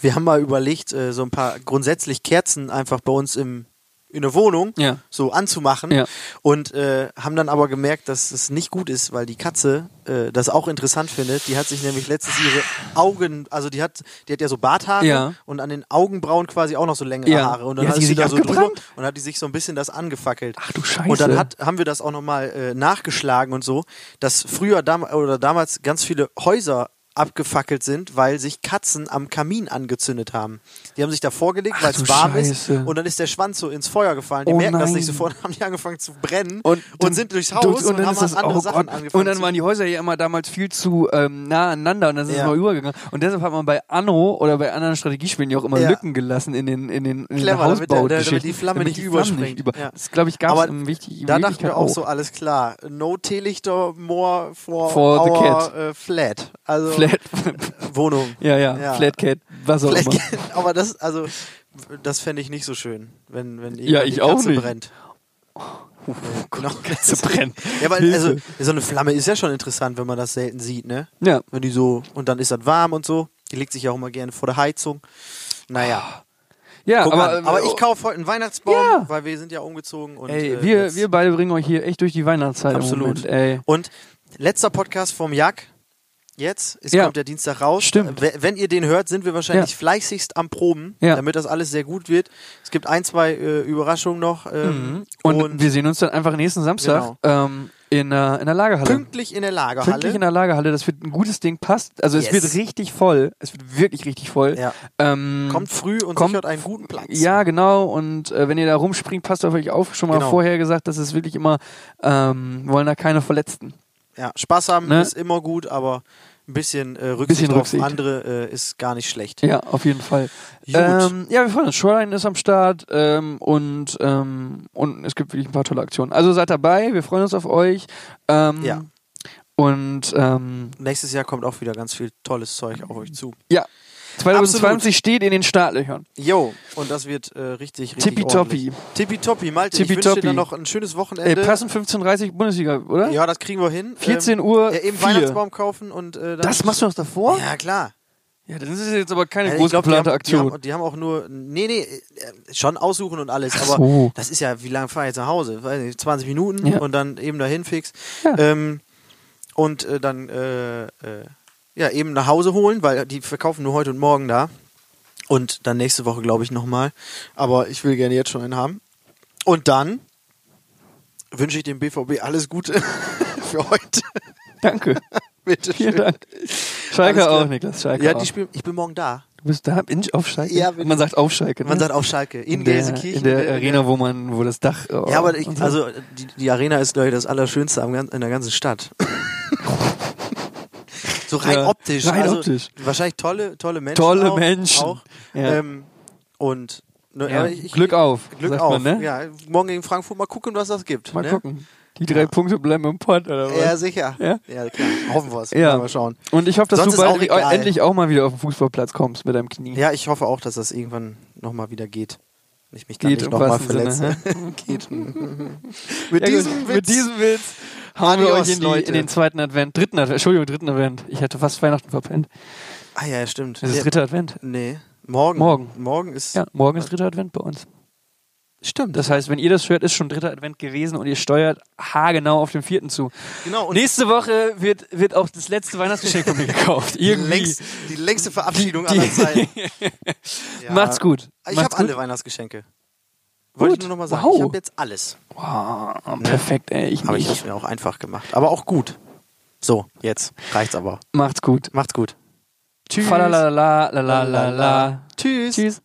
Speaker 2: wir haben mal überlegt, äh, so ein paar grundsätzlich Kerzen einfach bei uns im, in der Wohnung
Speaker 3: Ja.
Speaker 2: so anzumachen.
Speaker 3: Ja.
Speaker 2: Und äh, haben dann aber gemerkt, dass es nicht gut ist, weil die Katze äh, das auch interessant findet. Die hat sich nämlich letztens ihre Augen, also die hat, die hat ja so Barthaare
Speaker 3: Ja.
Speaker 2: und an den Augenbrauen quasi auch noch so längere
Speaker 3: Ja.
Speaker 2: Haare. Und
Speaker 3: Die
Speaker 2: dann
Speaker 3: hat
Speaker 2: hat,
Speaker 3: sich
Speaker 2: sie da so
Speaker 3: abgebrannt?
Speaker 2: drüber und hat die sich so ein bisschen das angefackelt.
Speaker 3: Ach du Scheiße.
Speaker 2: Und dann hat, haben wir das auch nochmal äh, nachgeschlagen und so, dass früher dam oder damals ganz viele Häuser abgefackelt sind, weil sich Katzen am Kamin angezündet haben. Die haben sich da vorgelegt,
Speaker 3: Ach
Speaker 2: weil
Speaker 3: du
Speaker 2: es warm
Speaker 3: Scheiße.
Speaker 2: ist und dann ist der Schwanz so ins Feuer gefallen. Die
Speaker 3: Oh
Speaker 2: merken das
Speaker 3: nein.
Speaker 2: nicht sofort, haben die angefangen zu brennen
Speaker 3: und,
Speaker 2: und, sind durchs Haus
Speaker 3: durch-
Speaker 2: und,
Speaker 3: dann
Speaker 2: haben
Speaker 3: ist das,
Speaker 2: an andere
Speaker 3: oh
Speaker 2: Sachen
Speaker 3: Gott.
Speaker 2: angefangen.
Speaker 3: Und dann
Speaker 2: zu-
Speaker 3: waren die Häuser ja immer damals viel zu ähm, nah aneinander und dann ist es
Speaker 2: Ja.
Speaker 3: mal übergegangen. Und deshalb hat man bei Anno oder bei anderen Strategiespielen ja auch immer
Speaker 2: Ja.
Speaker 3: Lücken gelassen in den, in den, in den
Speaker 2: Clever, damit der-
Speaker 3: Hausbau.
Speaker 2: damit die Flamme nicht überspringt. Ja.
Speaker 3: Das glaube ich gab
Speaker 2: Aber
Speaker 3: es wichtig.
Speaker 2: da dachten wir auch so, alles klar, no Teelichter more for,
Speaker 3: For the
Speaker 2: our
Speaker 3: cat.
Speaker 2: äh, flat. Also
Speaker 3: Flat,
Speaker 2: Wohnung.
Speaker 3: ja, ja,
Speaker 2: Ja.
Speaker 3: Flatcat, was auch immer.
Speaker 2: Vielleicht, aber das, also, das fände ich nicht so schön, wenn, wenn
Speaker 3: Ja,
Speaker 2: die
Speaker 3: ich auch
Speaker 2: Katze
Speaker 3: nicht.
Speaker 2: brennt.
Speaker 3: Genau.
Speaker 2: Katze
Speaker 3: Zu brennen.
Speaker 2: Ja, weil
Speaker 3: Hilfe.
Speaker 2: also, so eine Flamme ist ja schon interessant, wenn man das selten sieht, ne?
Speaker 3: Ja.
Speaker 2: Wenn die so, und dann ist das warm und so. Die legt sich ja auch immer gerne vor der Heizung. Naja,
Speaker 3: ja
Speaker 2: guck
Speaker 3: Ah, aber, ähm, äh, oh.
Speaker 2: aber, an. aber ich kaufe heute einen Weihnachtsbaum,
Speaker 3: Ja.
Speaker 2: weil wir sind ja umgezogen. Und,
Speaker 3: Ey,
Speaker 2: äh,
Speaker 3: wir,
Speaker 2: jetzt-
Speaker 3: wir beide bringen euch hier echt durch die Weihnachtszeit. Im
Speaker 2: absolut.
Speaker 3: Moment, ey.
Speaker 2: Und letzter Podcast vom Jack. Jetzt, es
Speaker 3: Ja.
Speaker 2: kommt der Dienstag raus.
Speaker 3: Stimmt.
Speaker 2: W- Wenn ihr den hört, sind wir wahrscheinlich
Speaker 3: Ja.
Speaker 2: fleißigst am Proben,
Speaker 3: Ja.
Speaker 2: damit das alles sehr gut wird. Es gibt ein, zwei äh, Überraschungen noch. Ähm,
Speaker 3: Mhm. Und, wir sehen uns dann einfach nächsten Samstag
Speaker 2: Genau.
Speaker 3: ähm, in, der, in der Lagerhalle.
Speaker 2: pünktlich in der Lagerhalle.
Speaker 3: Pünktlich in der Lagerhalle, das wird ein gutes Ding, passt. Also es
Speaker 2: Yes.
Speaker 3: wird richtig voll. Es wird wirklich richtig voll.
Speaker 2: Ja.
Speaker 3: Ähm,
Speaker 2: kommt früh und
Speaker 3: kommt
Speaker 2: sichert einen guten Platz.
Speaker 3: Ja, genau. Und äh, wenn ihr da rumspringt, passt auf euch auf. Schon mal
Speaker 2: Genau.
Speaker 3: vorher gesagt, das ist wirklich immer, ähm, wollen da keine Verletzten.
Speaker 2: Ja, Spaß haben
Speaker 3: Ne?
Speaker 2: ist immer gut, aber ein bisschen äh, Rücksicht
Speaker 3: Bisschen
Speaker 2: auf
Speaker 3: Rücksicht.
Speaker 2: andere äh, ist gar nicht schlecht.
Speaker 3: Ja, auf jeden Fall.
Speaker 2: Gut.
Speaker 3: Ähm, ja, wir freuen uns. Shoreline ist am Start ähm, und, ähm, und es gibt wirklich ein paar tolle Aktionen. Also seid dabei, wir freuen uns auf euch. Ähm,
Speaker 2: Ja.
Speaker 3: Und ähm,
Speaker 2: Nächstes Jahr kommt auch wieder ganz viel tolles Zeug auf euch zu.
Speaker 3: ja, 2020 steht in den Startlöchern.
Speaker 2: Jo, und das wird äh, richtig, richtig
Speaker 3: Tippitoppi.
Speaker 2: ordentlich. Tippitoppi. Malte, ich
Speaker 3: Tippitoppi.
Speaker 2: wünsche dir dann noch ein schönes
Speaker 3: Äh,
Speaker 2: Wochenende.
Speaker 3: passen 15.30 Bundesliga, oder?
Speaker 2: Ja, das kriegen wir hin.
Speaker 3: 14
Speaker 2: Ähm,
Speaker 3: ne? Uhr
Speaker 2: Ja, eben
Speaker 3: vier.
Speaker 2: Weihnachtsbaum kaufen und äh, dann
Speaker 3: Das machst du noch davor?
Speaker 2: Ja, klar.
Speaker 3: Ja, das ist jetzt aber keine
Speaker 2: Ja, ich
Speaker 3: groß
Speaker 2: glaub, die
Speaker 3: geplante
Speaker 2: haben-
Speaker 3: Aktion.
Speaker 2: Die haben, die haben auch nur. Nee, nee, äh, schon aussuchen und alles.
Speaker 3: Ach
Speaker 2: Aber
Speaker 3: so.
Speaker 2: das ist ja, wie lange fahre ich jetzt nach Hause? Weiß nicht, 20 Minuten
Speaker 3: Oh. Ja.
Speaker 2: und dann eben dahin fix.
Speaker 3: Ja.
Speaker 2: Ähm, und äh, dann äh, äh, ja, eben nach Hause holen, weil die verkaufen nur heute und morgen da. Und dann nächste Woche, glaube ich, nochmal. Aber ich will gerne jetzt schon einen haben. Und dann wünsche ich dem BVB alles Gute für heute.
Speaker 3: Danke.
Speaker 2: Bitte
Speaker 3: Vielen
Speaker 2: schön.
Speaker 3: Dank.
Speaker 2: Alles
Speaker 3: Schalke
Speaker 2: klar.
Speaker 3: auch, Niklas. Schalke
Speaker 2: Ja,
Speaker 3: auch.
Speaker 2: die spielen, ich bin morgen da.
Speaker 3: Du bist da in, auf Schalke?
Speaker 2: Ja,
Speaker 3: man sagt auf Schalke. Ne?
Speaker 2: Man sagt auch Schalke. In,
Speaker 3: in der,
Speaker 2: Gelsenkirchen.
Speaker 3: in der
Speaker 2: äh,
Speaker 3: Arena, wo man, wo das Dach. oh,
Speaker 2: Ja, aber ich,
Speaker 3: und so.
Speaker 2: also die, die Arena ist, glaube ich, das Allerschönste am, gan- in der ganzen Stadt. so rein
Speaker 3: Ja,
Speaker 2: optisch.
Speaker 3: rein
Speaker 2: also,
Speaker 3: optisch.
Speaker 2: Wahrscheinlich tolle, tolle Menschen.
Speaker 3: Tolle
Speaker 2: auch,
Speaker 3: Menschen.
Speaker 2: Auch.
Speaker 3: Ja.
Speaker 2: Ähm, und ne,
Speaker 3: Ja.
Speaker 2: aber ich, ich,
Speaker 3: Glück auf.
Speaker 2: Glück
Speaker 3: sagt
Speaker 2: auf.
Speaker 3: Man, ne?
Speaker 2: ja, morgen gegen Frankfurt mal gucken, was das gibt.
Speaker 3: Mal
Speaker 2: ne?
Speaker 3: gucken. Die drei Punkte bleiben im Pott oder was?
Speaker 2: Ja, sicher.
Speaker 3: Ja?
Speaker 2: klar. Hoffen wir es.
Speaker 3: Ja.
Speaker 2: Mal schauen.
Speaker 3: Und ich hoffe, dass
Speaker 2: Sonst
Speaker 3: du
Speaker 2: ist
Speaker 3: bald e-
Speaker 2: auch egal.
Speaker 3: endlich auch mal wieder auf den Fußballplatz kommst mit deinem Knie.
Speaker 2: Ja, ich hoffe auch, dass das irgendwann nochmal wieder geht. Wenn Ich mich da
Speaker 3: Geht
Speaker 2: nicht
Speaker 3: im
Speaker 2: nochmal
Speaker 3: wahrsten Sinne,
Speaker 2: verletze. geht. mit,
Speaker 3: Ja, gut.
Speaker 2: diesem Witz
Speaker 3: Mit diesem Witz hauen wir
Speaker 2: Adios,
Speaker 3: euch in, die,
Speaker 2: Leute.
Speaker 3: in den zweiten Advent, dritten Advent, Entschuldigung, dritten Advent. Ich hätte fast Weihnachten verpennt.
Speaker 2: Ah ja, stimmt.
Speaker 3: Es ist
Speaker 2: ja.
Speaker 3: dritter Advent.
Speaker 2: Nee, morgen.
Speaker 3: Morgen.
Speaker 2: Morgen ist.
Speaker 3: Ja, morgen ist dritter Advent bei uns.
Speaker 2: Stimmt.
Speaker 3: Das heißt, wenn ihr das hört, ist schon dritter Advent gewesen und ihr steuert haargenau auf den vierten zu.
Speaker 2: Genau, und-
Speaker 3: Nächste Woche wird, wird auch das letzte Weihnachtsgeschenk von mir gekauft.
Speaker 2: die,
Speaker 3: Irgendwie.
Speaker 2: längst, die längste Verabschiedung
Speaker 3: Die-
Speaker 2: aller Zeiten. Ja.
Speaker 3: Macht's gut.
Speaker 2: Ich
Speaker 3: Macht's
Speaker 2: habe alle
Speaker 3: gut.
Speaker 2: Weihnachtsgeschenke. Wollte
Speaker 3: Gut.
Speaker 2: ich nur nochmal sagen.
Speaker 3: Wow. Hm.
Speaker 2: Ich habe jetzt alles.
Speaker 3: Wow, Oh, perfekt, ey. Ich
Speaker 2: Habe ich
Speaker 3: nicht.
Speaker 2: mir auch einfach gemacht. Aber auch gut. So, jetzt reicht's aber.
Speaker 3: Macht's gut.
Speaker 2: Macht's gut. Tschüss.
Speaker 3: Falalala, la la la la.
Speaker 2: Tschüss.
Speaker 3: Tschüss.